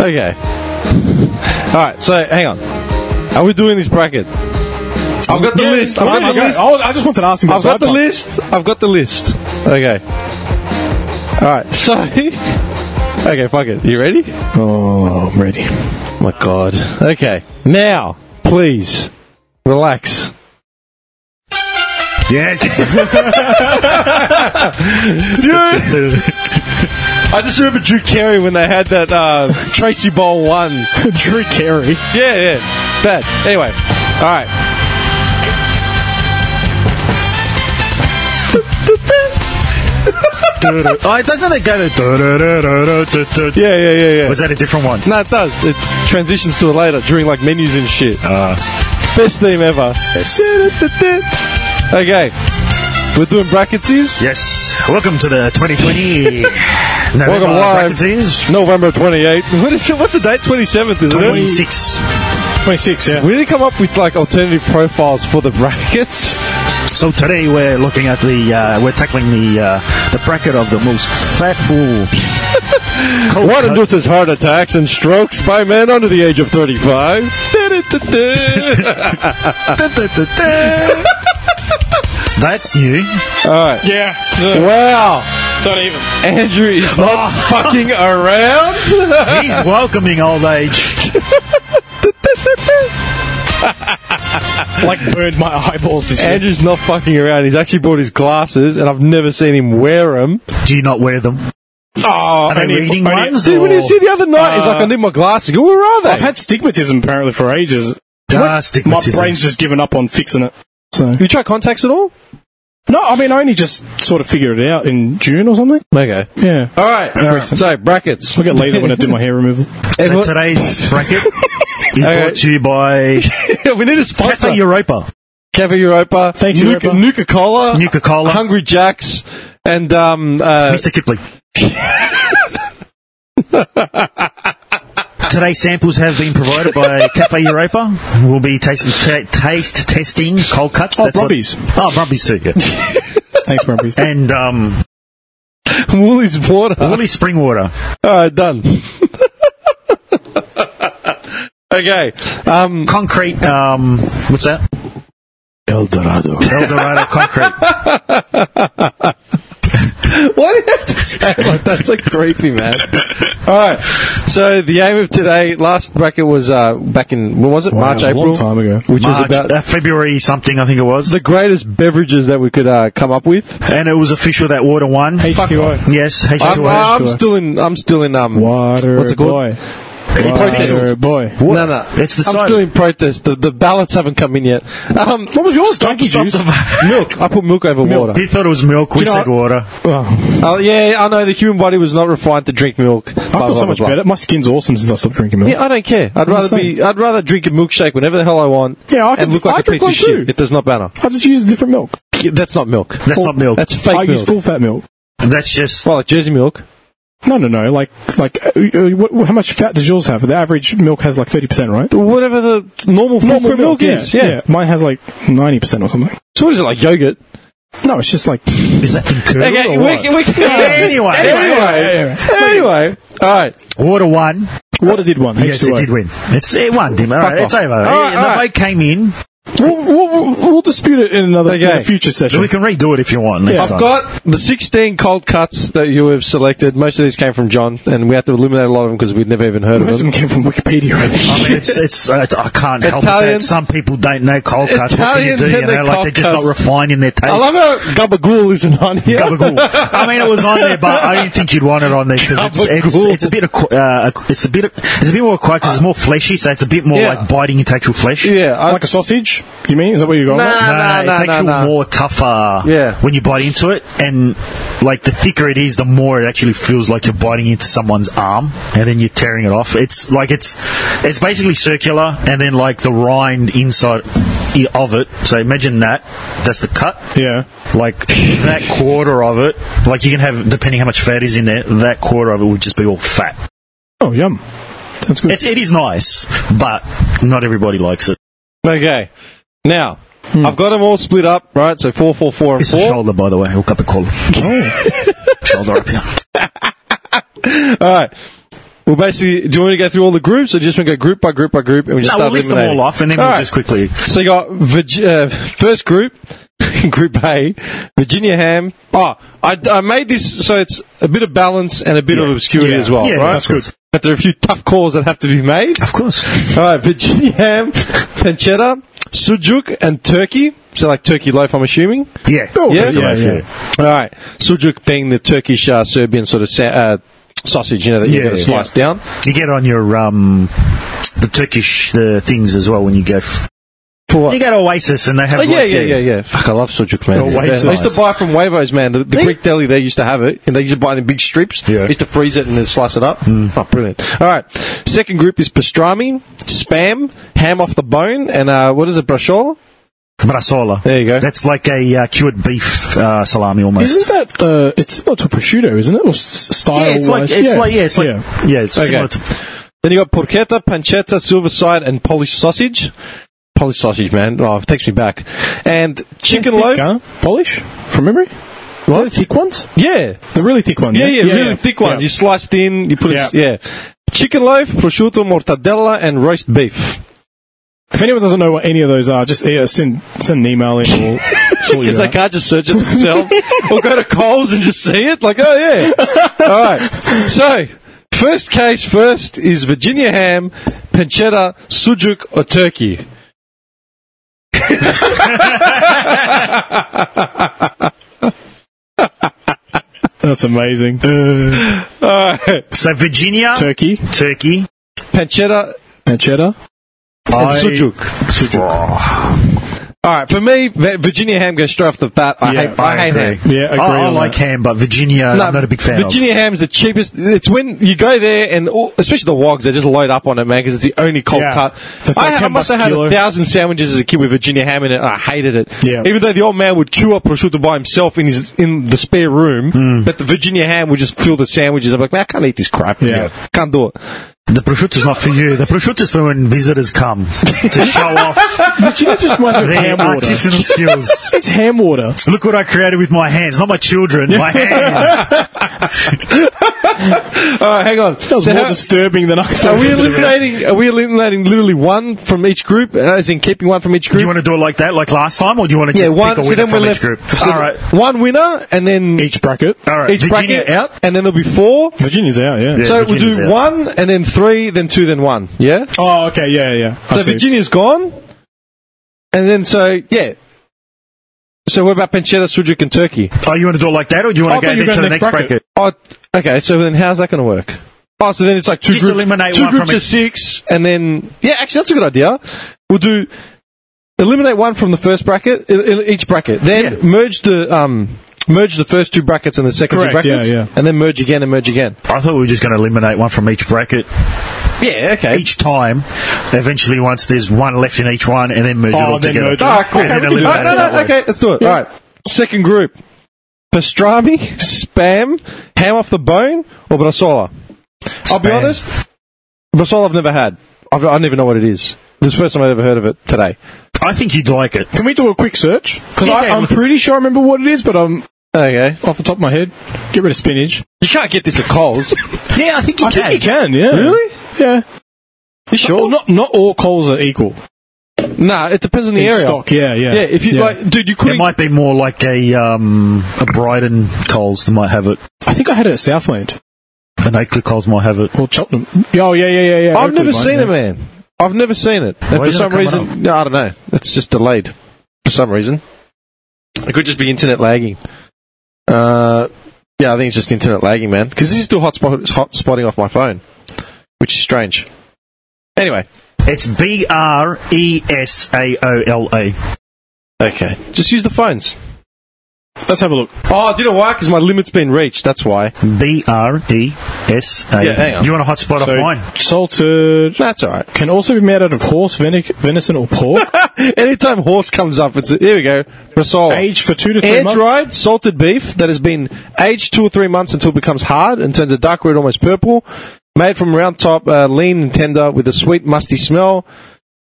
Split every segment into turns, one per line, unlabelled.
Okay. All right. So hang on. Are we doing this bracket? I've got the
Yeah,
list.
I,
I've got the list.
I just wanted to ask him.
I've got
about
the
Cyberpunk.
list. I've got the list. Okay. All right. So. okay. Fuck it. You ready?
Oh, I'm ready.
My God. Okay. Now, please relax.
Yes.
I just remember Drew Carey when they had that uh, Tracy Bowl one.
Drew Carey.
Yeah, yeah. Bad. Anyway. All right.
oh, doesn't it go to?
Yeah, yeah, yeah, yeah.
Was that a different one?
No, it does. It transitions to it later during like menus and shit.
Uh,
Best theme ever.
yes.
Okay. We're doing bracketsies.
Yes. Welcome to the 2020. November
Welcome live.
brackets is
November 28th. What is it? What's the date? 27th, is it?
26.
26, yeah.
We need to come up with like alternative profiles for the brackets.
So today we're looking at the uh, we're tackling the uh, the bracket of the most fatful.
Oh,
cold
What
cut-
induces heart attacks and strokes by men under the age of 35?
That's new.
Alright.
Yeah. Uh,
Wow.
Don't even.
Andrew is
Oh,
not fucking around.
He's welcoming old age.
Like, burned my eyeballs this year.
Andrew's not fucking around. He's actually brought his glasses and I've never seen him wear them.
Do you not wear them?
Oh,
Are they reading ones?
Dude, when
or-
you see the other night, he's
Uh,
like, I need my glasses. Go, where are they?
I've had stigmatism apparently for ages.
Ah,
My
stigmatism.
brain's just given up on fixing it. So.
you try contacts at all?
No, I mean, I only just sort of figured it out in June or something.
Okay.
Yeah.
All right. So, brackets.
I'll get laser when I do my hair removal.
So
Everyone-
today's bracket is
Okay.
brought to you by
we need a sponsor.
Cafe Europa,
Cafe Europa.
Thank you,
Nuka,
Europa.
Nuka Cola.
Nuka Cola,
Hungry Jacks. And, um, uh,
Mr. Kipling. Today's samples have been provided by Cafe Europa. We'll be tasting, ta- taste testing cold cuts.
Oh,
That's what-
Brumbies.
oh, Brumbies too. Yeah.
Thanks, Brumbies.
and um,
Woolies Water.
Woolly Spring Water.
All right, done. okay. Um,
Concrete. Um, what's that?
El Dorado.
El Dorado concrete.
why do you have to say it like that's so creepy, man? All right. So the aim of today, last bracket was uh, back in when was it? March,
that was a
April,
long time ago.
which was
March,
about
uh, February something, I think it was.
the greatest beverages that we could uh, come up with.
And it was official that water won.
H2O.
Yes,
I'm,
H2O.
I'm still in. I'm still in. Um,
Water
What's it called?
boy.
Protest.
Water boy.
No, no.
It's the
I'm
soda.
still in protest. The, the ballots haven't come in yet. Um, what was yours?
Stop-
Donkey
stop
juice?
the-
milk. I put milk over water.
He thought it was milk. We
you know
said
what?
water.
Oh,
Oh yeah, I know the human body was not refined to drink milk.
I feel so much better. My skin's awesome since I stopped drinking milk.
Yeah, I don't care. I'd rather be. I'd rather drink a milkshake whenever the hell I want.
Yeah, I
and
can-
look like
I
a
drink
piece of
one
shit.
too.
It does not matter.
I just use different milk.
Yeah, That's not milk.
That's not milk.
That's fake
I use
milk.
full fat milk.
That's just
well, like Jersey milk.
No, no, no. Like, like, uh, uh, what, how much fat does yours have? The average milk has like thirty percent, right?
Whatever the normal form of milk, is. Yeah.
Mine has like ninety percent or something.
So what is it like yogurt?
No, it's just like
is that in curd
Okay.
or
We,
what?
we can,
Anyway,
Anyway. Anyway. All right.
water won.
water did one.
Yes, it
H2O.
did win. It's it won, Dim. All right,
Fuck
it's
off.
over.
All right,
the
all right.
vote came in.
We'll, we'll, we'll dispute it in another in
Okay.
a future session.
We can redo it if you want. Next
I've
I've
time.
got the 16 cold cuts that you have selected. Most of these came from John, and we had to eliminate a lot of them because we'd never even heard
Most
of them.
of them came from Wikipedia. I think.
I mean, it's it's. Uh, I can't help it. That
Italians-
some people don't know cold cuts.
Italians
what can you
and
do? You
their
know, like they're
cold
just not
cuts.
refining their taste.
I love how Gabagool isn't on here.
Gabagool. I mean, it was on there, but I didn't think you'd want it on there because it's, it's,
Gabagool.
it's a bit of, qu- uh, it's a bit of, it's a bit more quiet 'cause it's more fleshy, so it's a bit more
Yeah.
like biting into actual flesh.
Yeah, I,
like a sausage? You mean? Is that what you're going?
Nah,
with?
No, no,
nah,
it's
nah,
actually
nah.
more tougher
Yeah.
when you bite into it, and like the thicker it is, the more it actually feels like you're biting into someone's arm, and then you're tearing it off. It's like it's it's basically circular, and then like the rind inside i- of it. So imagine that. That's the cut.
Yeah.
Like that quarter of it, like you can have depending how much fat is in there, that quarter of it would just be all fat.
Oh, yum. Sounds good.
It, it is nice, but not everybody likes it.
Okay. Now, I've got them all split up, right? So four, four, four, and
Hmm. It's the
4.
shoulder, by the way.
Oh.
Hook up the collar. shoulder up here.
All right. Well, basically, do you want me to go through all the groups, or just want to go group by group by group, and we just
No,
start
we'll list them
eliminating?
all off and then
All
we'll
right.
just quickly.
So you got Virg- uh, first group, Group A, Virginia Ham. Oh, I, I made this so it's a bit of balance and a bit of obscurity
Yeah.
as well,
Yeah,
right?
that's good.
But there are a few tough calls that have to be made.
Of course.
All right, Virginia Ham, pancetta, sujuk, and turkey. So like turkey loaf, I'm assuming.
Yeah.
Oh, Yeah?
yeah, yeah.
All right, sujuk being the Turkish uh, Serbian sort of sa- uh, sausage, you know, that you
Yeah,
get
yeah.
sliced down.
You get on your um, the Turkish uh, things as well when you go. F-
For what?
you go to Oasis and they have.
Oh, yeah,
like, Oh,
yeah, yeah, yeah. Fuck, I love sujuk, man.
The Waves
I
is
used to
nice.
buy from Wavos, man. The, the Greek deli there used to have it, and they used to buy it in big strips.
Yeah. Mm.
Used to freeze it and then slice it up. Oh, brilliant. All right. Second group is pastrami, spam, ham off the bone, and uh, what is it, brashola?
Brasola.
There you go.
That's like a uh, cured beef uh, salami almost.
Isn't that uh, it's similar to prosciutto, isn't it? Or s- style
yeah, it's
Oh,
like
wise?
it's like yeah, it's like
Yeah.
yeah, it's
Okay.
similar to
Then you got porchetta, pancetta, silverside, and Polish sausage. Polish sausage, man. Oh, it takes me back. And chicken loaf.
thick, huh? Polish from memory. What? The thick ones,
Yeah.
the really thick ones.
Yeah, yeah, really thick ones. You slice thin, you put it, yeah. Chicken loaf, prosciutto, mortadella, and roast beef.
If anyone doesn't know what any of those are, just yeah, send send an email in. We'll sort you
Because they
out.
can't just search it themselves or go to Coles and just see it. Like, oh, yeah. All right. So, first case first is Virginia ham, pancetta, sujuk, or turkey.
That's amazing.
All right.
so Virginia,
Turkey
Turkey,
Pancetta
and cheddar.
and
I-
sujuk.
Oh,
All right. For me, Vi- Virginia ham goes straight off the bat. I
Yeah,
hate, I
I
hate
agree.
ham.
Yeah, agree
I, I
on
like
that.
ham, but Virginia, I'm not a big fan
Virginia ham's the cheapest. It's when you go there and all, especially the wogs, they just load up on it, man, because it's the only cold
Yeah.
cut.
That's
I,
like 10
I must
bucks
have had
kilo.
a thousand sandwiches as a kid with Virginia ham in it. And I hated it.
Yeah.
Even though the old man would queue up prosciutto by himself in his in the spare room,
Hmm.
but the Virginia ham would just fill the sandwiches. I'm like, man, I can't eat this crap.
Yeah.
Can't do it.
of. The prosciutto's not for you. The prosciutto's for when visitors come to show off
Virginia just reminds me of
their
ham water.
artisanal skills.
It's ham water.
Look what I created with my hands, not my children, my hands.
All right, hang on.
That was
So
more
how-
disturbing than I
are
thought.
we eliminating? Are we eliminating literally one from each group? Uh, As in keeping one from each group?
Do you want to do it like that, like last time, or do you want to
yeah,
just
one.
pick a
So
winner
then we're
from
left.
each group?
so
All right,
one winner, and then
each bracket?
all right.
each
Virginia
bracket
out.
and then there'll be four.
Virginia's out. Yeah.
Yeah.
so
Virginia's
we'll do
out.
one, and then three, then two, then one. Yeah.
Oh, okay. Yeah, yeah. I
so
see.
Virginia's gone, and then so yeah. So what about pancetta, sujuk, and turkey?
Oh, you want to do it like that, or do you
I
want to
thought
go
you
then to the
were going
next
next
bracket?
Oh, okay. So then how's that going to work? Oh, so then it's like two
Just
groups,
eliminate
two
one
groups
from
of
each-
six, and then yeah, actually that's a good idea. We'll do eliminate one from the first bracket, e- e- each bracket, then
Yeah.
merge the um merge the first two brackets and the second
Correct,
two
yeah,
brackets,
yeah.
and then merge again and merge again.
I thought we were just going to eliminate one from each bracket
Yeah, okay.
each time. Eventually, once there's one left in each one, and then merge it
Oh,
all
then
together.
merge it.
Ah, cool.
And then
Okay, we can do
eliminate
that.
it
No, no,
that way.
okay, let's do it. All right. Second group: pastrami, spam, ham off the bone, or brasola. I'll be
Spam.
honest, brasola I've never had. I've, I don't even know what it is. This is the first time I've ever heard of it today.
I think you'd like it.
Can we do a quick search? Because
Yeah.
I'm pretty sure I remember what it is, but I'm
Okay,
off the top of my head. Get rid of spinach.
you can't get this at Coles.
Yeah, I think you
I
can.
think you can. Yeah.
Really?
Yeah. You sure? Not not all coals are equal
nah, it depends on the
in
area.
stock. Yeah, yeah.
Yeah, if you like, dude, you
It
couldn't.
might be more like a um, a Brighton Coles that might have it.
I think I had it at Southland
An Oakley Coles might have it.
or Cheltenham. Oh yeah, yeah, yeah, yeah.
I've
Oakwood
never
one,
seen
yeah.
it, man. I've never seen it. And
Why
for
isn't
some
it coming
reason, no, I don't know. It's just delayed for some reason. It could just be internet lagging. Uh, yeah, I think it's just internet lagging, man. Because this is still hotspot hot spotting off my phone, which is strange. Anyway,
It's B R E S A O L A.
okay, just use the phones.
Let's have a look.
Oh, it didn't work because my limit's been reached. That's why.
B R E S A.
Yeah, hang on.
You want a hot spot
So,
off mine?
salted
That's all right.
can also be made out of horse, veni- venison, or pork.
Anytime horse comes up, it's here we go. Rasola.
Aged for two to three
Air
months.
dried salted beef that has been aged two or three months until it becomes hard and turns a dark red, almost purple. Made from round top, uh, lean and tender with a sweet, musty smell.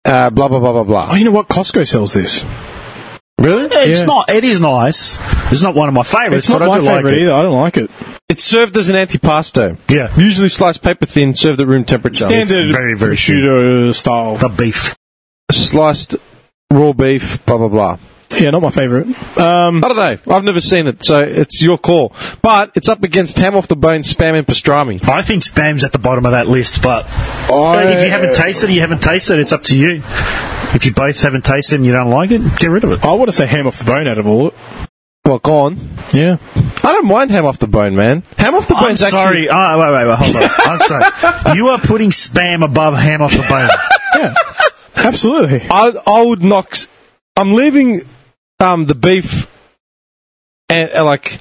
Uh, blah blah blah blah
Oh,
blah.
you know what? Costco sells this.
Really?
It's
Yeah.
not. It is nice. It's not one of my favourites,
It's not
but I
my
do
favorite
like it.
either. I don't like it.
It's served as an antipasto.
Yeah.
Usually sliced paper thin, served at room temperature.
Standard
very, very
prosciutto style.
The beef.
Sliced raw beef, blah, blah, blah.
Yeah, not my favorite. Um,
I don't know. I've never seen it, so it's your call. But it's up against ham off the bone, spam, and pastrami.
I think spam's at the bottom of that list, but And if you haven't tasted it, you haven't tasted it. It's up to you. If you both haven't tasted it and you don't like it, get rid of it.
I want to say ham off the bone out of all.
Well, go on.
Yeah.
I don't mind ham off the bone, man. Ham off the
I'm
bone's actually.
sorry. Ah, wait, wait, wait. Hold on. I'm sorry. You are putting spam above ham off the bone.
Yeah. Absolutely.
I, I would knock. s- I'm leaving um, the beef and, uh, like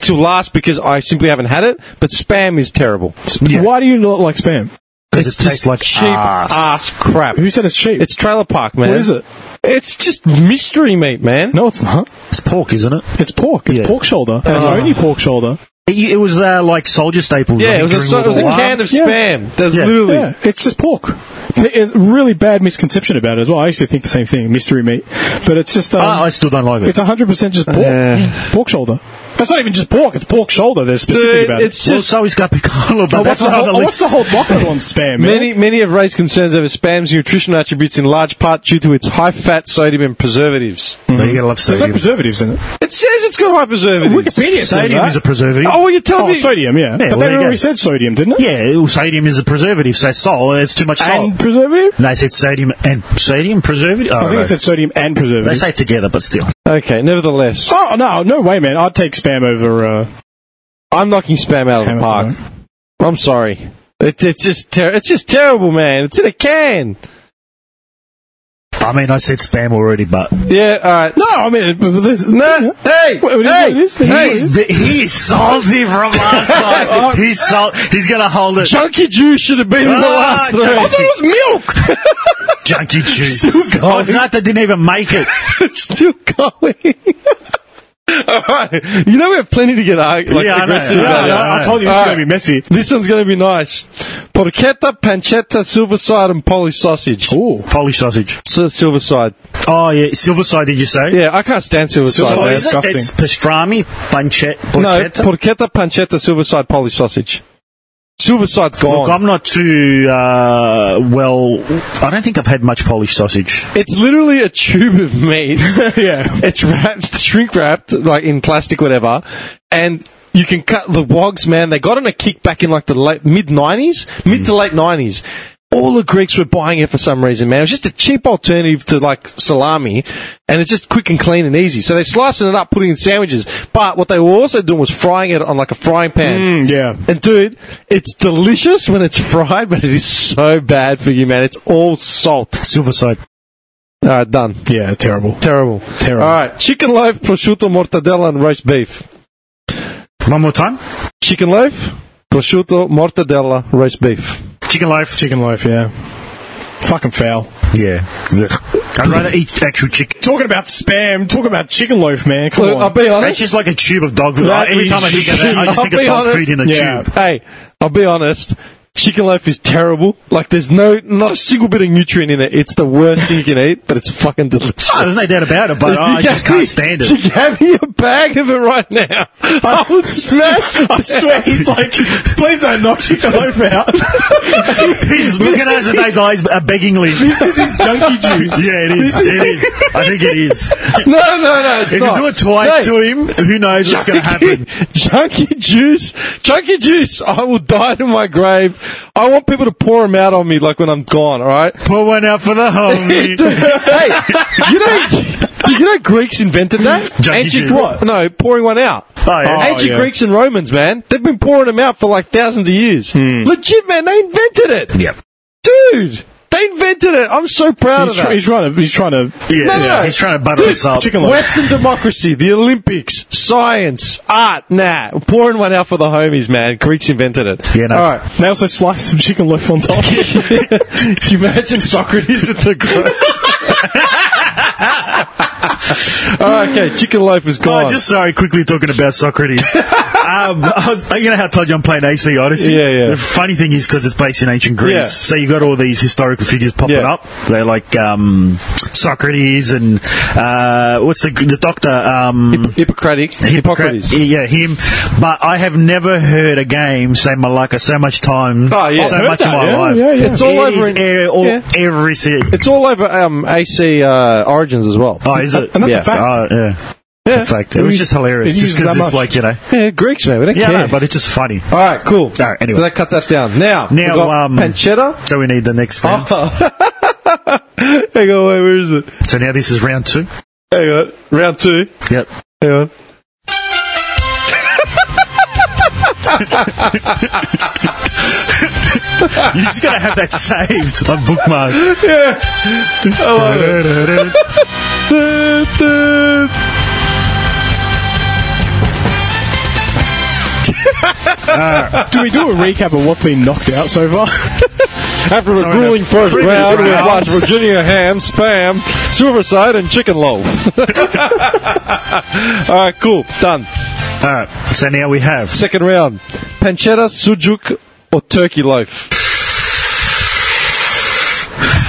to last because I simply haven't had it. But spam is terrible.
Yeah.
Why do you not like spam?
Because it
just
tastes like
cheap
ass.
ass crap.
Who said it's cheap?
It's trailer park, man.
what is it?
It's just mystery meat, man.
No, it's not.
It's pork, isn't it?
It's pork. It's
Yeah. Ah.
pork shoulder. And it's
Oh.
only pork shoulder.
It, it was uh, like soldier staples. I
Yeah,
think,
it was a,
during
so, it was a
World War
can of
Yeah.
spam. There's
Yeah.
literally
Yeah, it's just pork. There's really bad misconception about it as well. I used to think the same thing, mystery meat. But it's just, um,
I. Ah, I still don't like it.
it's 100% just pork.
Yeah.
Pork shoulder. That's not even just pork, it's pork shoulder. They're specific
Dude,
about
it's
it.
well,
just
so is guppy cola, but
Oh, what's,
that's
the
another
whole, oh, what's
list.
the whole bucket on spam, man?
Many, many have raised concerns over spam's nutritional attributes in large part due to its high fat, sodium, and preservatives.
So you gotta love
There's no
sodium.
preservatives in it.
It says it's got high preservatives.
Wikipedia says
Sodium
that.
is a preservative.
Oh, well, you're telling
Oh,
me.
sodium, yeah.
well,
but
there
they
you go.
already said sodium, didn't it?
Yeah, well, sodium is a preservative. So salt, it's too much salt.
And preservative?
No, they said sodium and sodium preservative. Oh,
I think
no.
it said sodium and
they
preservative.
say it together, but still.
Okay, nevertheless,
Oh, no, no way, man. I'd take spam over, uh,
I'm knocking spam out of the
Hammer
park. I'm sorry. It, it's just ter- it's just terrible, man. It's in a can.
I mean, I said spam already, but
Yeah, all right.
no, I mean, it- but this,
No, hey,
Well, it is
hey,
what it is. It is what it
hey.
is.
he is salty from last time. He's salt. He's gonna hold it.
Chunky juice should have been in the
Ah,
last three.
chunky- I thought it
was
Junkie juice. Oh, it's not. They didn't even make it.
milk. Still going. All right, you know we have plenty to get arg- like
Yeah, I know.
aggressive
Yeah,
about.
No, no,
here.
I told you this
All
is
right.
going to be messy.
This one's going to be nice. Porchetta, pancetta, silverside, and Polish sausage.
Ooh.
Polish sausage.
S- silverside.
Oh yeah, silver side. Did you say?
Yeah, I can't stand silverside.
Silverside
Oh,
man.
is
is it?
disgusting.
It's pastrami, pancetta.
No,
pancetta?
porchetta, pancetta, silverside, Polish sausage. Silverside's gone.
Look, I'm not too uh, well. I don't think I've had much Polish sausage.
it's literally a tube of meat.
yeah.
it's wrapped, shrink wrapped, like in plastic, whatever, and. You can cut the wogs, man. They got on a kick back in like the late mid '90s, mid to late '90s. All the Greeks were buying it for some reason, man. It was just a cheap alternative to like salami, and it's just quick and clean and easy. So they're slicing it up, putting it in sandwiches. But what they were also doing was frying it on like a frying pan.
Mm, yeah.
And dude, it's delicious when it's fried, but it is so bad for you, man. It's all salt.
Silver side.
All right, done.
Yeah, terrible.
Terrible.
Terrible.
All right, chicken loaf, prosciutto, mortadella, and roast beef.
One more time.
Chicken loaf, prosciutto, mortadella, roast beef.
Chicken loaf.
Chicken loaf, yeah. Fucking foul.
Yeah. Ugh. I'd rather eat actual chicken.
Talking about spam, talking about chicken loaf, man. Come
Look,
on.
I'll be
That's
honest.
just like a tube of dog food.
That
Every
is
time I think of that, I just
I'll
think of
be
dog
honest.
food in a
Yeah.
tube.
Hey, I'll be honest. Chicken loaf is terrible. Like, there's no, not a single bit of nutrient in it. It's the worst thing you can eat, but it's fucking delicious.
Oh, there's no doubt about it, but oh, I just can't stand it.
She gave me a bag of it right now. I would smash.
I swear he's like, please don't knock chicken loaf out.
He's looking at us in those eyes uh, beggingly. Yeah,
this is his junkie juice.
it is. It is. I think it is.
No, no, no, it's
If
not.
you do it twice
No.
to him, who knows what's going to happen?
Chunky juice, chunky juice. I will die to my grave. I want people to pour them out on me, like when I'm gone. All right.
Put one out for the
hey,
homie.
you know, you know, Greeks invented that.
Junkie
Ancient-
juice. What?
No, pouring one out.
Oh, yeah.
Ancient
yeah.
Greeks and Romans, man, they've been pouring them out for like thousands of years. Legit, man, they invented it,
Hmm. Yeah.
dude. They invented it. I'm so proud
He's,
of
tr-
that.
he's trying to, he's trying to,
Yeah,
No, no, no.
he's trying to butter
Dude,
us up.
chicken loaf.
Western democracy, the Olympics, science, art. Nah, we're pouring one out for the homies, man. Greeks invented it.
Yeah, no.
All right.
They also slice some chicken loaf on top.
Can you imagine Socrates with the Greek? All right, okay, chicken loaf is
Oh,
gone. Oh,
just sorry, quickly talking about Socrates. um, I was, you know how I told you I'm playing AC Odyssey?
Yeah, yeah.
The funny thing is because it's based in ancient Greece,
Yeah.
so you got all these historical figures popping
Yeah.
up. They're like um, Socrates and uh, what's the the doctor? Um,
Hippocratic. Hippocrates.
Hippocrates. Yeah, him. But I have never heard a game say Malacca so much time,
Oh, yeah.
so
I've heard
much in
that,
my
yeah,
life.
yeah, yeah.
It's all
It
over
is
in-
air- all-
yeah.
every city.
It's all over um, AC uh, Origins as well.
Oh, is it?
And that's a
Yeah.
fact.
Oh, yeah.
yeah.
It's a fact. It was
used-
just hilarious.
it
Just
used
because
that
it's
much.
like, you know.
yeah, Greeks, man. We don't
Yeah,
care.
no, but it's just funny.
all right, cool.
All right, anyway.
So that cuts that down. Now,
Now,
we've got
um,
pancetta.
So we need the next round.
Hang on, wait, where is it?
So now this is round two.
Hang on, round two.
Yep.
Hang on.
You're just gonna have that saved on bookmark.
Yeah.
That's
Do we do a recap of what's been knocked out so far?
After a
Sorry,
grueling
no.
first
Previous
round, we
round.
watched Virginia ham, spam, suicide, and chicken loaf. All right, cool, done.
All right. So now we have.
Second round: pancetta, sujuk, or turkey loaf.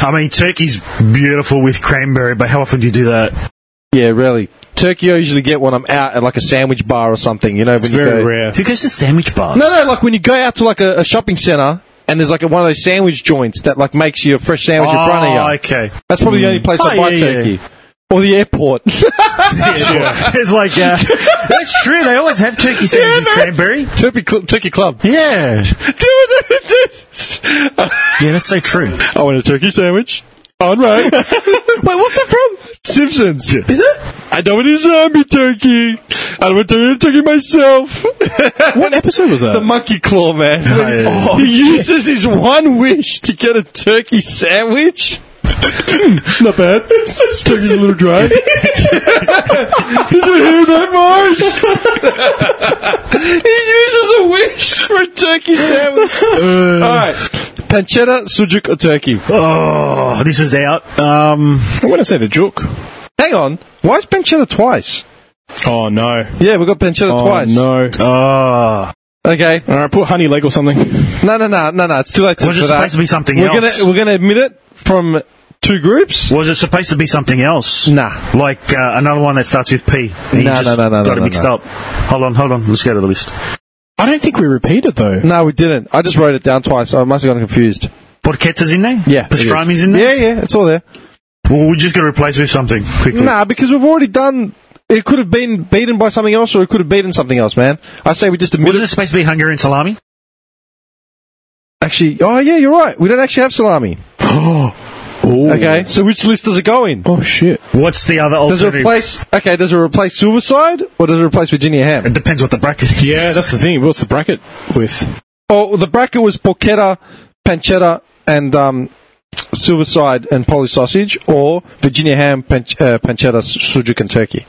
I mean, turkey's beautiful with cranberry, but how often do you do that?
Yeah, really. Turkey I usually get when I'm out at like a sandwich bar or something. You know, when you go,
rare.
Who goes to sandwich bars?
No, no, like when you go out to like a, a shopping center and there's like a, one of those sandwich joints that like makes you a fresh sandwich in front of you.
Oh, okay.
That's probably the only place I
Oh,
buy
yeah, yeah.
turkey. Or the airport.
It's like uh, that's true. They always have turkey sandwich with
man.
cranberry.
turkey, cl- turkey club.
Yeah,
I
yeah, that's so true.
want a turkey sandwich. On right. Wait, what's that from? Simpsons.
Is it?
I don't want a zombie turkey. I don't want to turn into a turkey myself.
What episode was
the
that?
monkey claw man.
yeah.
Oh, he uses his one wish to get a turkey sandwich.
Not bad. It's taking a little dry.
Did you hear that, Marsh? he uses a wish for a turkey sandwich. All right, pancetta, sujuk, or turkey.
Oh, this is out. Um,
I want to say the joke.
Hang on, why is pancetta twice?
Oh no.
Yeah, we got pancetta
Oh
twice.
no.
oh,
Okay,
All right, put honey leg or something.
no, no, no, no, no. It's too late to
was it
for that.
supposed to be something
We're
else?
gonna we're gonna admit it from two groups.
was it supposed to be something else?
Nah.
Like uh, another one that starts with P. And you
No,
just
no, no, no,
Got
no,
it
no,
mixed
no.
up. Hold on, hold on. Let's go to the list.
I don't think we repeated though.
No, we didn't. I just wrote it down twice. I must have gotten confused.
Porchetta's in there?
Yeah, it is.
Pastrami's in there?
Yeah, yeah, it's all there.
Well, we're just going to replace it with something quickly.
Nah, because we've already done. It could have been beaten by something else, or it could have beaten something else, man. I say we just admit
Wasn't it supposed to be Hungarian salami?
Actually, oh yeah, you're right. We don't actually have salami.
Ooh.
Okay, so which list does it go in?
Oh shit.
What's the other
Does it
alternative?
replace? Okay, does it replace Silverside or does it replace Virginia Ham?
it depends what the bracket is.
Yeah, that's the thing. What's the bracket with?
Oh, the bracket was porchetta, pancetta, and um, Silverside and Polish sausage, or Virginia Ham, panch- uh, pancetta, su- sujuk, and turkey.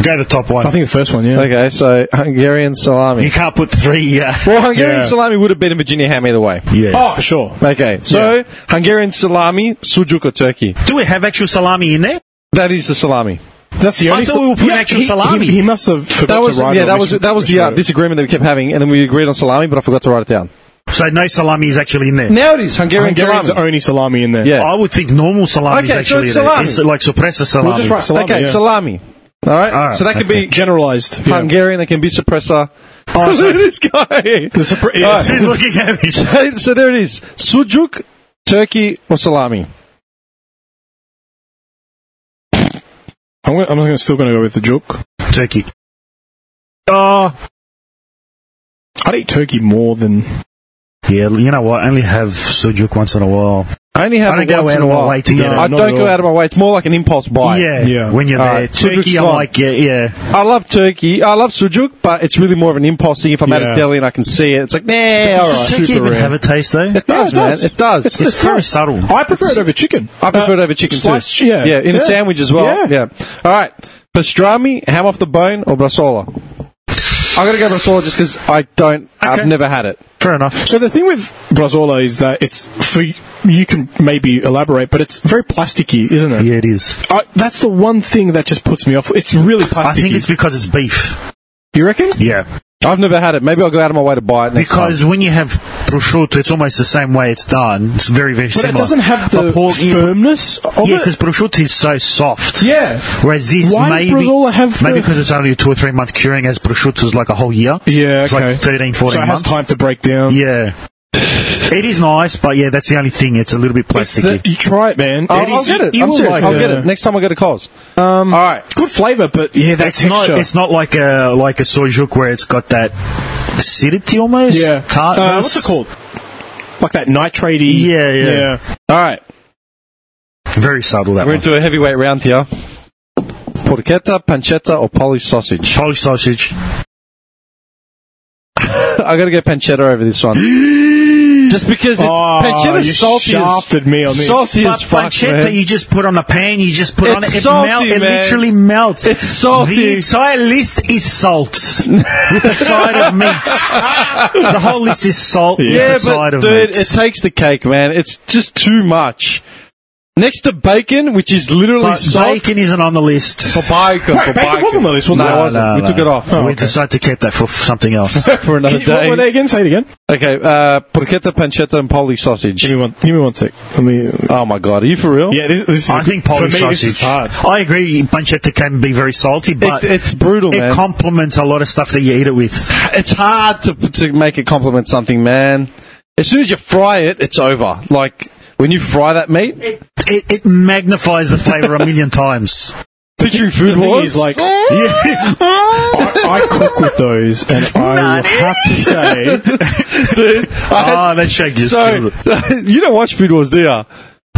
Go to the top one.
I think the first one. Yeah.
Okay, so Hungarian
you
salami.
can't put three. Uh,
Well, Hungarian
Yeah.
salami would have been Virginia Ham either way.
yeah.
Oh, for sure.
Okay, so Hungarian salami, sujuk, or turkey.
Do we have actual salami in there?
That is the salami.
That's the
I
only.
thought we were putting actual
he,
salami.
He, he must have forgot
That was
to write.
yeah.
on
That
which-
was that was
which
the uh,
one.
disagreement that we kept having, and then we agreed on salami, but I forgot to write it down.
So no salami is actually in there.
Now it is Hungarian,
Hungarian's the
salami.
only salami in there.
Yeah.
I would think normal salami is
Okay, so
actually
it's
in there.
salami.
It's like suppressor salami.
We'll just write salami.
okay,
yeah. Ah,
salami. All right?
All right,
so that could be
okay.
Generalized. Yeah.
Hungarian. That can be suppressor.
Oh,
Look at
so-
this guy.
The supre-
All
yes.
right.
He's looking at me.
so there it is. Sujuk, turkey, or salami.
I'm, gonna, I'm gonna, still going to go with the joke.
Turkey. Oh,
I'd eat turkey more than.
Yeah, you know what? I only have sujuk once in a while.
I only have
I don't
it
go
once in
out
a
of my
while.
way to get
No,
I
it.
not
don't
at
go
all.
out of my way. It's more like an impulse buy.
yeah,
Yeah.
when you're
All
there.
right, sujuk's
Turkey, I'm
gone.
like, yeah, yeah.
I love turkey. I love sujuk, but it's really more of an impulse thing. If I'm at a
Yeah.
deli and I can see it, it's like, nah, all right.
Does turkey
super
even
rare.
have a taste though?
It does,
Yeah, it does.
man. It does.
It's,
It's very subtle.
I prefer it over chicken.
I prefer
Uh,
it over chicken
sliced,
too.
Yeah,
yeah, in a sandwich as well. Yeah.
Yeah.
All right, pastrami, ham off the bone, or brasola. I'm gonna go brasola just because I don't. I've
Okay.
never had it.
Fair enough.
So the thing with brasola is that it's for you can maybe elaborate, but it's very plasticky, isn't it?
Yeah, it is.
I, that's the one thing that just puts me off. It's really plasticky.
I think it's because it's beef.
you reckon?
Yeah.
I've never had it. Maybe I'll go out of my way to buy it next
Because
time.
when you have prosciutto, it's almost the same way it's done. It's very, very
But
similar.
it doesn't have
But
the
pork-
firmness of
yeah,
it.
because prosciutto is so soft.
Yeah.
Whereas this
Why does
maybe
Brazola have
maybe
the-
because it's only a two or three month curing, as prosciutto is like a whole year.
Yeah,
It's
okay.
like 13, 14
so it has
months.
time to break down.
Yeah. It is nice, but yeah, that's the only thing. It's a little bit
It's
plasticky.
the, you try it, man.
I'll,
It's-
I'll get it.
you
I'm
will
serious.
like
I'll get it next time I go to Coles. Um, All right.
Good flavour, but yeah, that
it's
texture.
not. It's not like a like a soyjuk where it's got that acidity almost.
yeah.
Tart-
Uh, what's it called? Like that nitratey.
Yeah, yeah.
All right.
Very subtle that
We're
one.
into a heavyweight round here. Porchetta, pancetta, or Polish sausage?
Polish sausage.
I gotta go pancetta over this one. Just because it's
Oh, you
pancetta's salty as-
shafted me on this.
Salty
But
as fuck,
pancetta,
man.
you just put on a pan, you just put on it.
It's
It,
salty,
melt, it
man.
literally melts.
It's salty.
The entire list is salt with a side of meat. the whole list is salt
yeah,
with a side
but
of
dude,
meat.
it takes the cake, man. It's just too much. Next to bacon, which is literally
But
salt.
bacon isn't on the list.
For bacon,
Wait,
for
bacon wasn't on this, was
no,
it?
it wasn't.
No,
we
no.
took it off Oh,
we decided to keep that for f- something else.
for another
What
day.
were they again? Say it again.
Okay, uh, porchetta, pancetta, and Polish sausage.
Give me one. Give me one sec. Let me.
Oh my god, are you for real?
Yeah, this, this is.
I think
for
Polish
me,
sausage.
This is hard.
I agree, pancetta can be very salty, but
It, it's brutal,
it
man.
complements a lot of stuff that you eat it with.
it's hard to to make it complement something, man. As soon as you fry it, it's over. Like when you fry that meat,
It, it, it magnifies the flavour a million times.
picturing food
The thing
wars.
is, like,
Yeah.
I, I cook with those, and I will have to say,
dude, I-
Ah, that shake just
so
kills it.
you don't watch food wars, do you?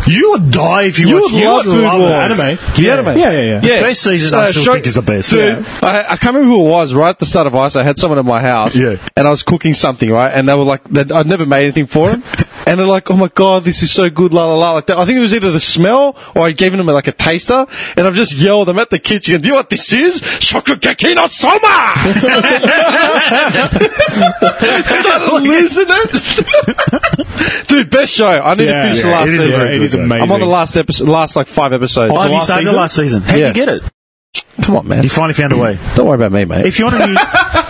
You would die if you,
You
watched
would love Food Wars.
anime.
The anime.
Yeah, yeah, yeah.
Yeah.
First season, I still think is the best.
Dude, I, I can't remember who it was. Right at the start of Ice, I had someone at my house.
Yeah.
And I was cooking something, right? And they were like, they'd- I'd never made anything for them. and they're like, oh my god, this is so good, la la la. Like that. I think it was either the smell or I gave them like a taster. And I've just yelled, I'm at the kitchen. Do you know what this is? Shokugeki no Soma! Started losing it. Dude, best show. I need
Yeah,
to finish the
yeah,
last
it is
season.
very
it is
good, though.
amazing.
I'm on the last episode, last like five episodes.
Oh,
the
you
last
started
season?
last season. How'd
Yeah.
you get it?
Come on, man.
You finally found a way.
Don't worry about me, mate.
If you want a new,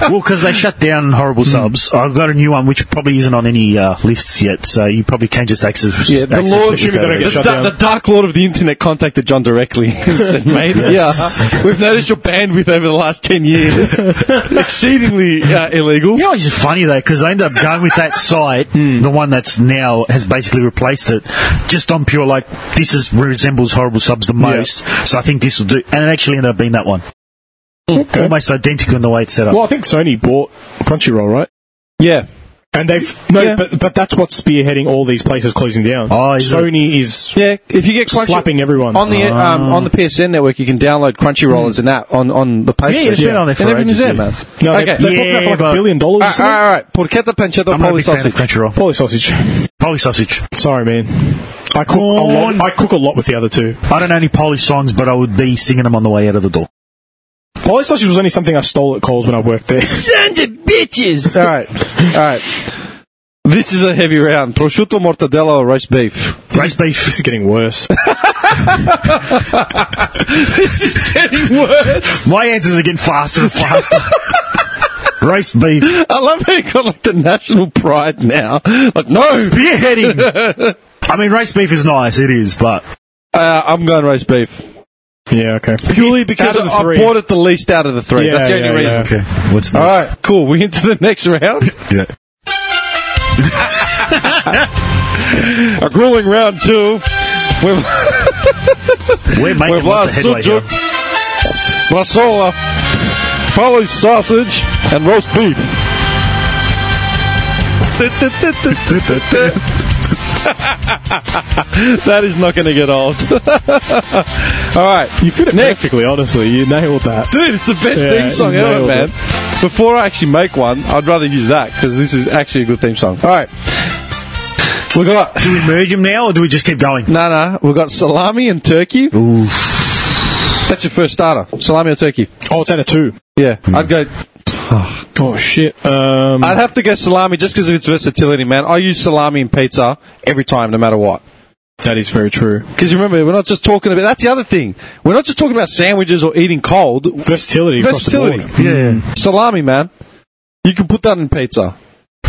well, because they shut down horrible
Hmm.
subs, I've got a new one which probably isn't on any uh, lists yet, so you probably can just access.
Yeah, the
access
Lord
it
should be
without
gonna
it.
get
the,
shut
da-
down.
the Dark Lord of the Internet contacted John directly and said, mate, yeah, we've noticed your bandwidth over the last 10 years. Exceedingly uh, illegal.
You know, it's funny though, because I ended up going with that site,
Hmm.
the one that's now has basically replaced it, just on pure like this is resembles horrible subs the most, so I think this will do, and it actually ended up being that one,
Hmm.
Okay.
almost identical in the way it's set up.
Well, I think Sony bought Crunchyroll, right?
Yeah.
And they've no,
Yeah.
but but that's what's spearheading all these places closing down.
Oh, is it?
Sony is
Yeah. If you get Crunchy-
slapping everyone.
On the um, on the PSN network, you can download Crunchyroll as an app on, on the PlayStation.
it's been on there for
and everything's there,
ages,
man.
no,
okay.
they, they're talking about
Yeah,
like
but-
a billion dollars. or
All right, all
something.
right, all right. Porchetta, pancetta,
I'm not a
Polish
big fan of
sausage.
Crunchyroll.
Poly sausage.
Polish sausage.
Sorry, man. I cook a
Corn.
lot. I cook a lot with the other two.
I don't know any Polish songs, but I would be singing them on the way out of the door.
Poly sausage was only something I stole at Coles when I worked there.
Sons of bitches! All right. All right. This is a heavy round. Prosciutto, mortadella, or roast beef?
Roast beef.
this is getting worse.
this is getting worse.
My answers are getting faster and faster. Roast beef.
I love how you got like the national pride now. Like, no,
Spearheading. I mean, roast beef is nice. It is, but
uh, I'm going roast beef
Yeah. Okay.
purely because
Out of the
I
three.
bought it the least out of the three.
Yeah,
That's the only
yeah,
reason.
yeah.
okay. What's
All right, cool. We into the next round.
Yeah.
A grueling round two. We've,
We're making
we've
lots
lost
of headway.
sujuk,
here.
masola, Polish sausage, and roast beef. that is not going to get old. All right,
You fit it
Next.
perfectly, honestly. You nailed that.
Dude, it's the best
Yeah,
theme song
you
ever,
nailed
man.
it.
Before I actually make one, I'd rather use that because this is actually a good theme song. All right, we got
Do we merge them now, or do we just keep going?
no, no, we got salami and turkey. That's your first starter, salami or turkey.
Oh, it's out of two.
Yeah,
Hmm.
I'd go.
Oh shit. Um,
I'd have to go salami just because of its versatility, man. I use salami and pizza every time, no matter what.
that is very true.
Because remember, we're not just talking about. That's the other thing. We're not just talking about sandwiches or eating cold.
Versatility.
Versatility.
Hmm.
Across the board.
Salami, man. You can put that in pizza.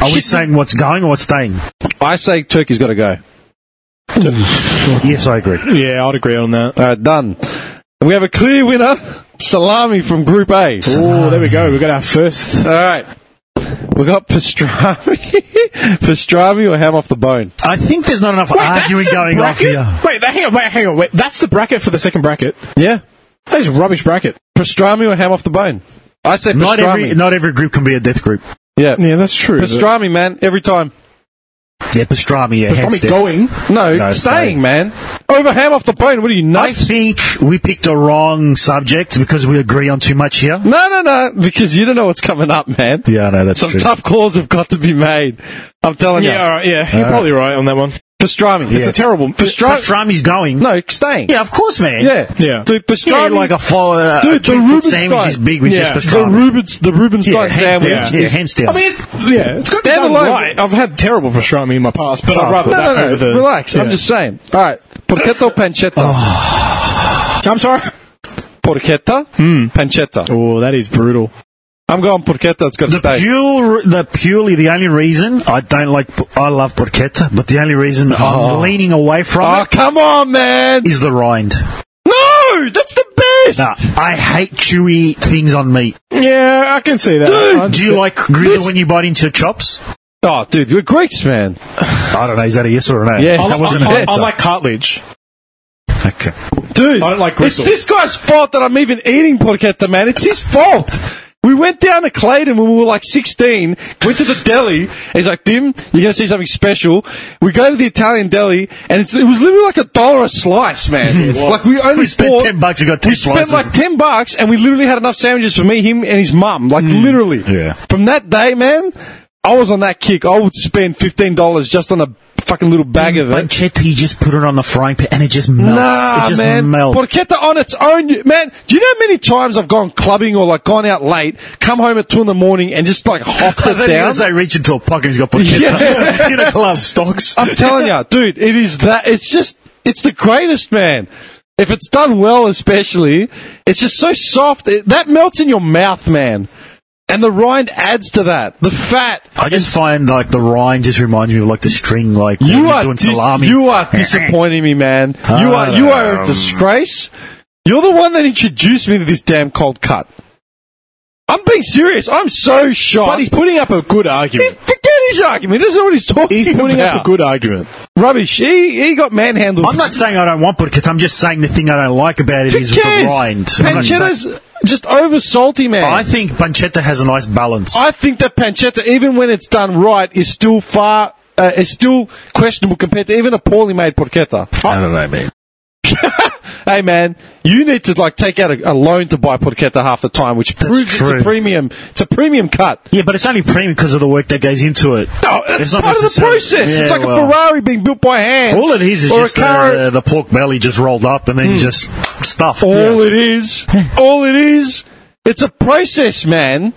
Are we saying what's going or what's staying?
I say turkey's got to go.
Yes, I agree.
Yeah, I'd agree on that.
All right, done. And we have a clear winner, salami from Group A.
Oh, there we go. We got our first.
All right. We got pastrami, pastrami or ham off the bone.
I think there's not enough arguing going off here.
Wait, that- hang on, wait, hang on. Wait, that's the bracket for the second bracket.
Yeah,
That is rubbish bracket.
pastrami or ham off the bone. I say pastrami.
Not every not every group can be a death group.
yeah,
Yeah, that's true.
pastrami, man. Every time.
Yeah, pastrami. Yeah, hands
Pastrami
down.
going.
No,
No, it's
staying, man. Over ham off the bone. What are you
I
nuts?
think we picked a wrong subject because we agree on too much here.
no, no, no. Because you don't know what's coming up, man.
Yeah, I know that's
Some
true.
tough calls have got to be made. I'm telling
Yeah, Uh,
you.
all right, yeah. You're probably right on that one.
Pastrami.
It's a terrible.
Pastrami.
Pastrami's going.
No, staying.
Yeah, of course, man.
Yeah.
Yeah.
Dude,
Yeah,
pastrami.
like a fo- uh,
Dude, the
two-foot
Rubenstein.
sandwich is big with
Yeah.
just
the
pastrami.
Rubens, the Rubenstein
yeah, hands down.
sandwich.
Yeah,
is-
hands down.
I mean, it's- yeah, it's got to be done
Standalone.
right. I've had terrible pastrami in my past, but I'd
no,
rather that
no, no.
over the.
Relax. I'm
Yeah.
just saying. All right. Porchetta or pancetta?
Oh.
I'm sorry.
Porchetta, pancetta.
Oh, that is brutal.
I'm going porchetta. It's got to
the
stay.
pure, the purely the only reason I don't like, I love porchetta, but the only reason
Oh.
I'm leaning away
oh,
from it
come on, man.
is the rind.
No, that's the best.
Nah, I hate chewy things on meat.
Yeah, I can see that. I
Do you like grizzle when you bite into chops?
Oh, dude, you're Greeks, man.
I don't know. Is that a yes or a no?
Yeah.
I,
That
like-
wasn't an
I- I
answer.
like cartilage.
Okay.
Dude,
I don't like
it's
gristle.
this guy's fault that I'm even eating porchetta, man. It's his fault. We went down to Clayton when we were like 16, went to the deli. He's like, Dim, you're going to see something special. We go to the Italian deli, and it's, it was literally like a dollar a slice, man. like, we only
We spent
bought-
ten bucks. You got ten
We spent
slices.
like 10 bucks, and we literally had enough sandwiches for me, him, and his mum. Like, literally.
Hmm. Yeah.
From that day, man, I was on that kick. I would spend $15 just on a fucking little
Hmm.
bag of it.
Pancetta, you just put it on the frying pan and it just melts.
Nah,
it just
man.
melts.
Porchetta on its own. you- Man, do you know how many times I've gone clubbing or like gone out late, come home at two in the morning and just like hopped
I thought
it
you were
down?
gonna say reach into a pocket. He's got porchetta.
Yeah.
in a glove. Stocks.
I'm telling you, dude, it is that. It's just, it's the greatest, man. If it's done well, especially, it's just so soft. It, that melts in your mouth, man. And the rind adds to that. The fat.
I just find like the rind just reminds me of like the string, like when
You
you're
are
doing
dis-
salami.
you are disappointing me, man. You are you are a
Um.
disgrace. You're the one that introduced me to this damn cold cut. I'm being serious. I'm so shocked.
But he's putting up a good argument.
Forget his argument. He doesn't know what he's talking
He's putting up
about.
a good argument.
rubbish. He he got manhandled.
I'm not saying I don't want porchetta. I'm just saying the thing I don't like about it
Who
is
cares?
the rind. I'm not saying-
Pancetta's just over salty, man.
I think pancetta has a nice balance.
I think that pancetta, even when it's done right, is still far uh, is still questionable compared to even a poorly made porchetta.
I don't know, man.
Hey man, you need to like take out a, a loan to buy porchetta half the time, which proves
true.
it's a premium. It's a premium cut.
Yeah, but it's only premium because of the work that goes into it.
No, that's
It's not
part of the
necessarily-
process.
Yeah,
it's like
well.
a Ferrari being built by hand.
All it is is
Or a
just
carrot.
the, the pork belly just rolled up and then just stuffed.
all
Yeah.
it is, all it is, it's a process, man.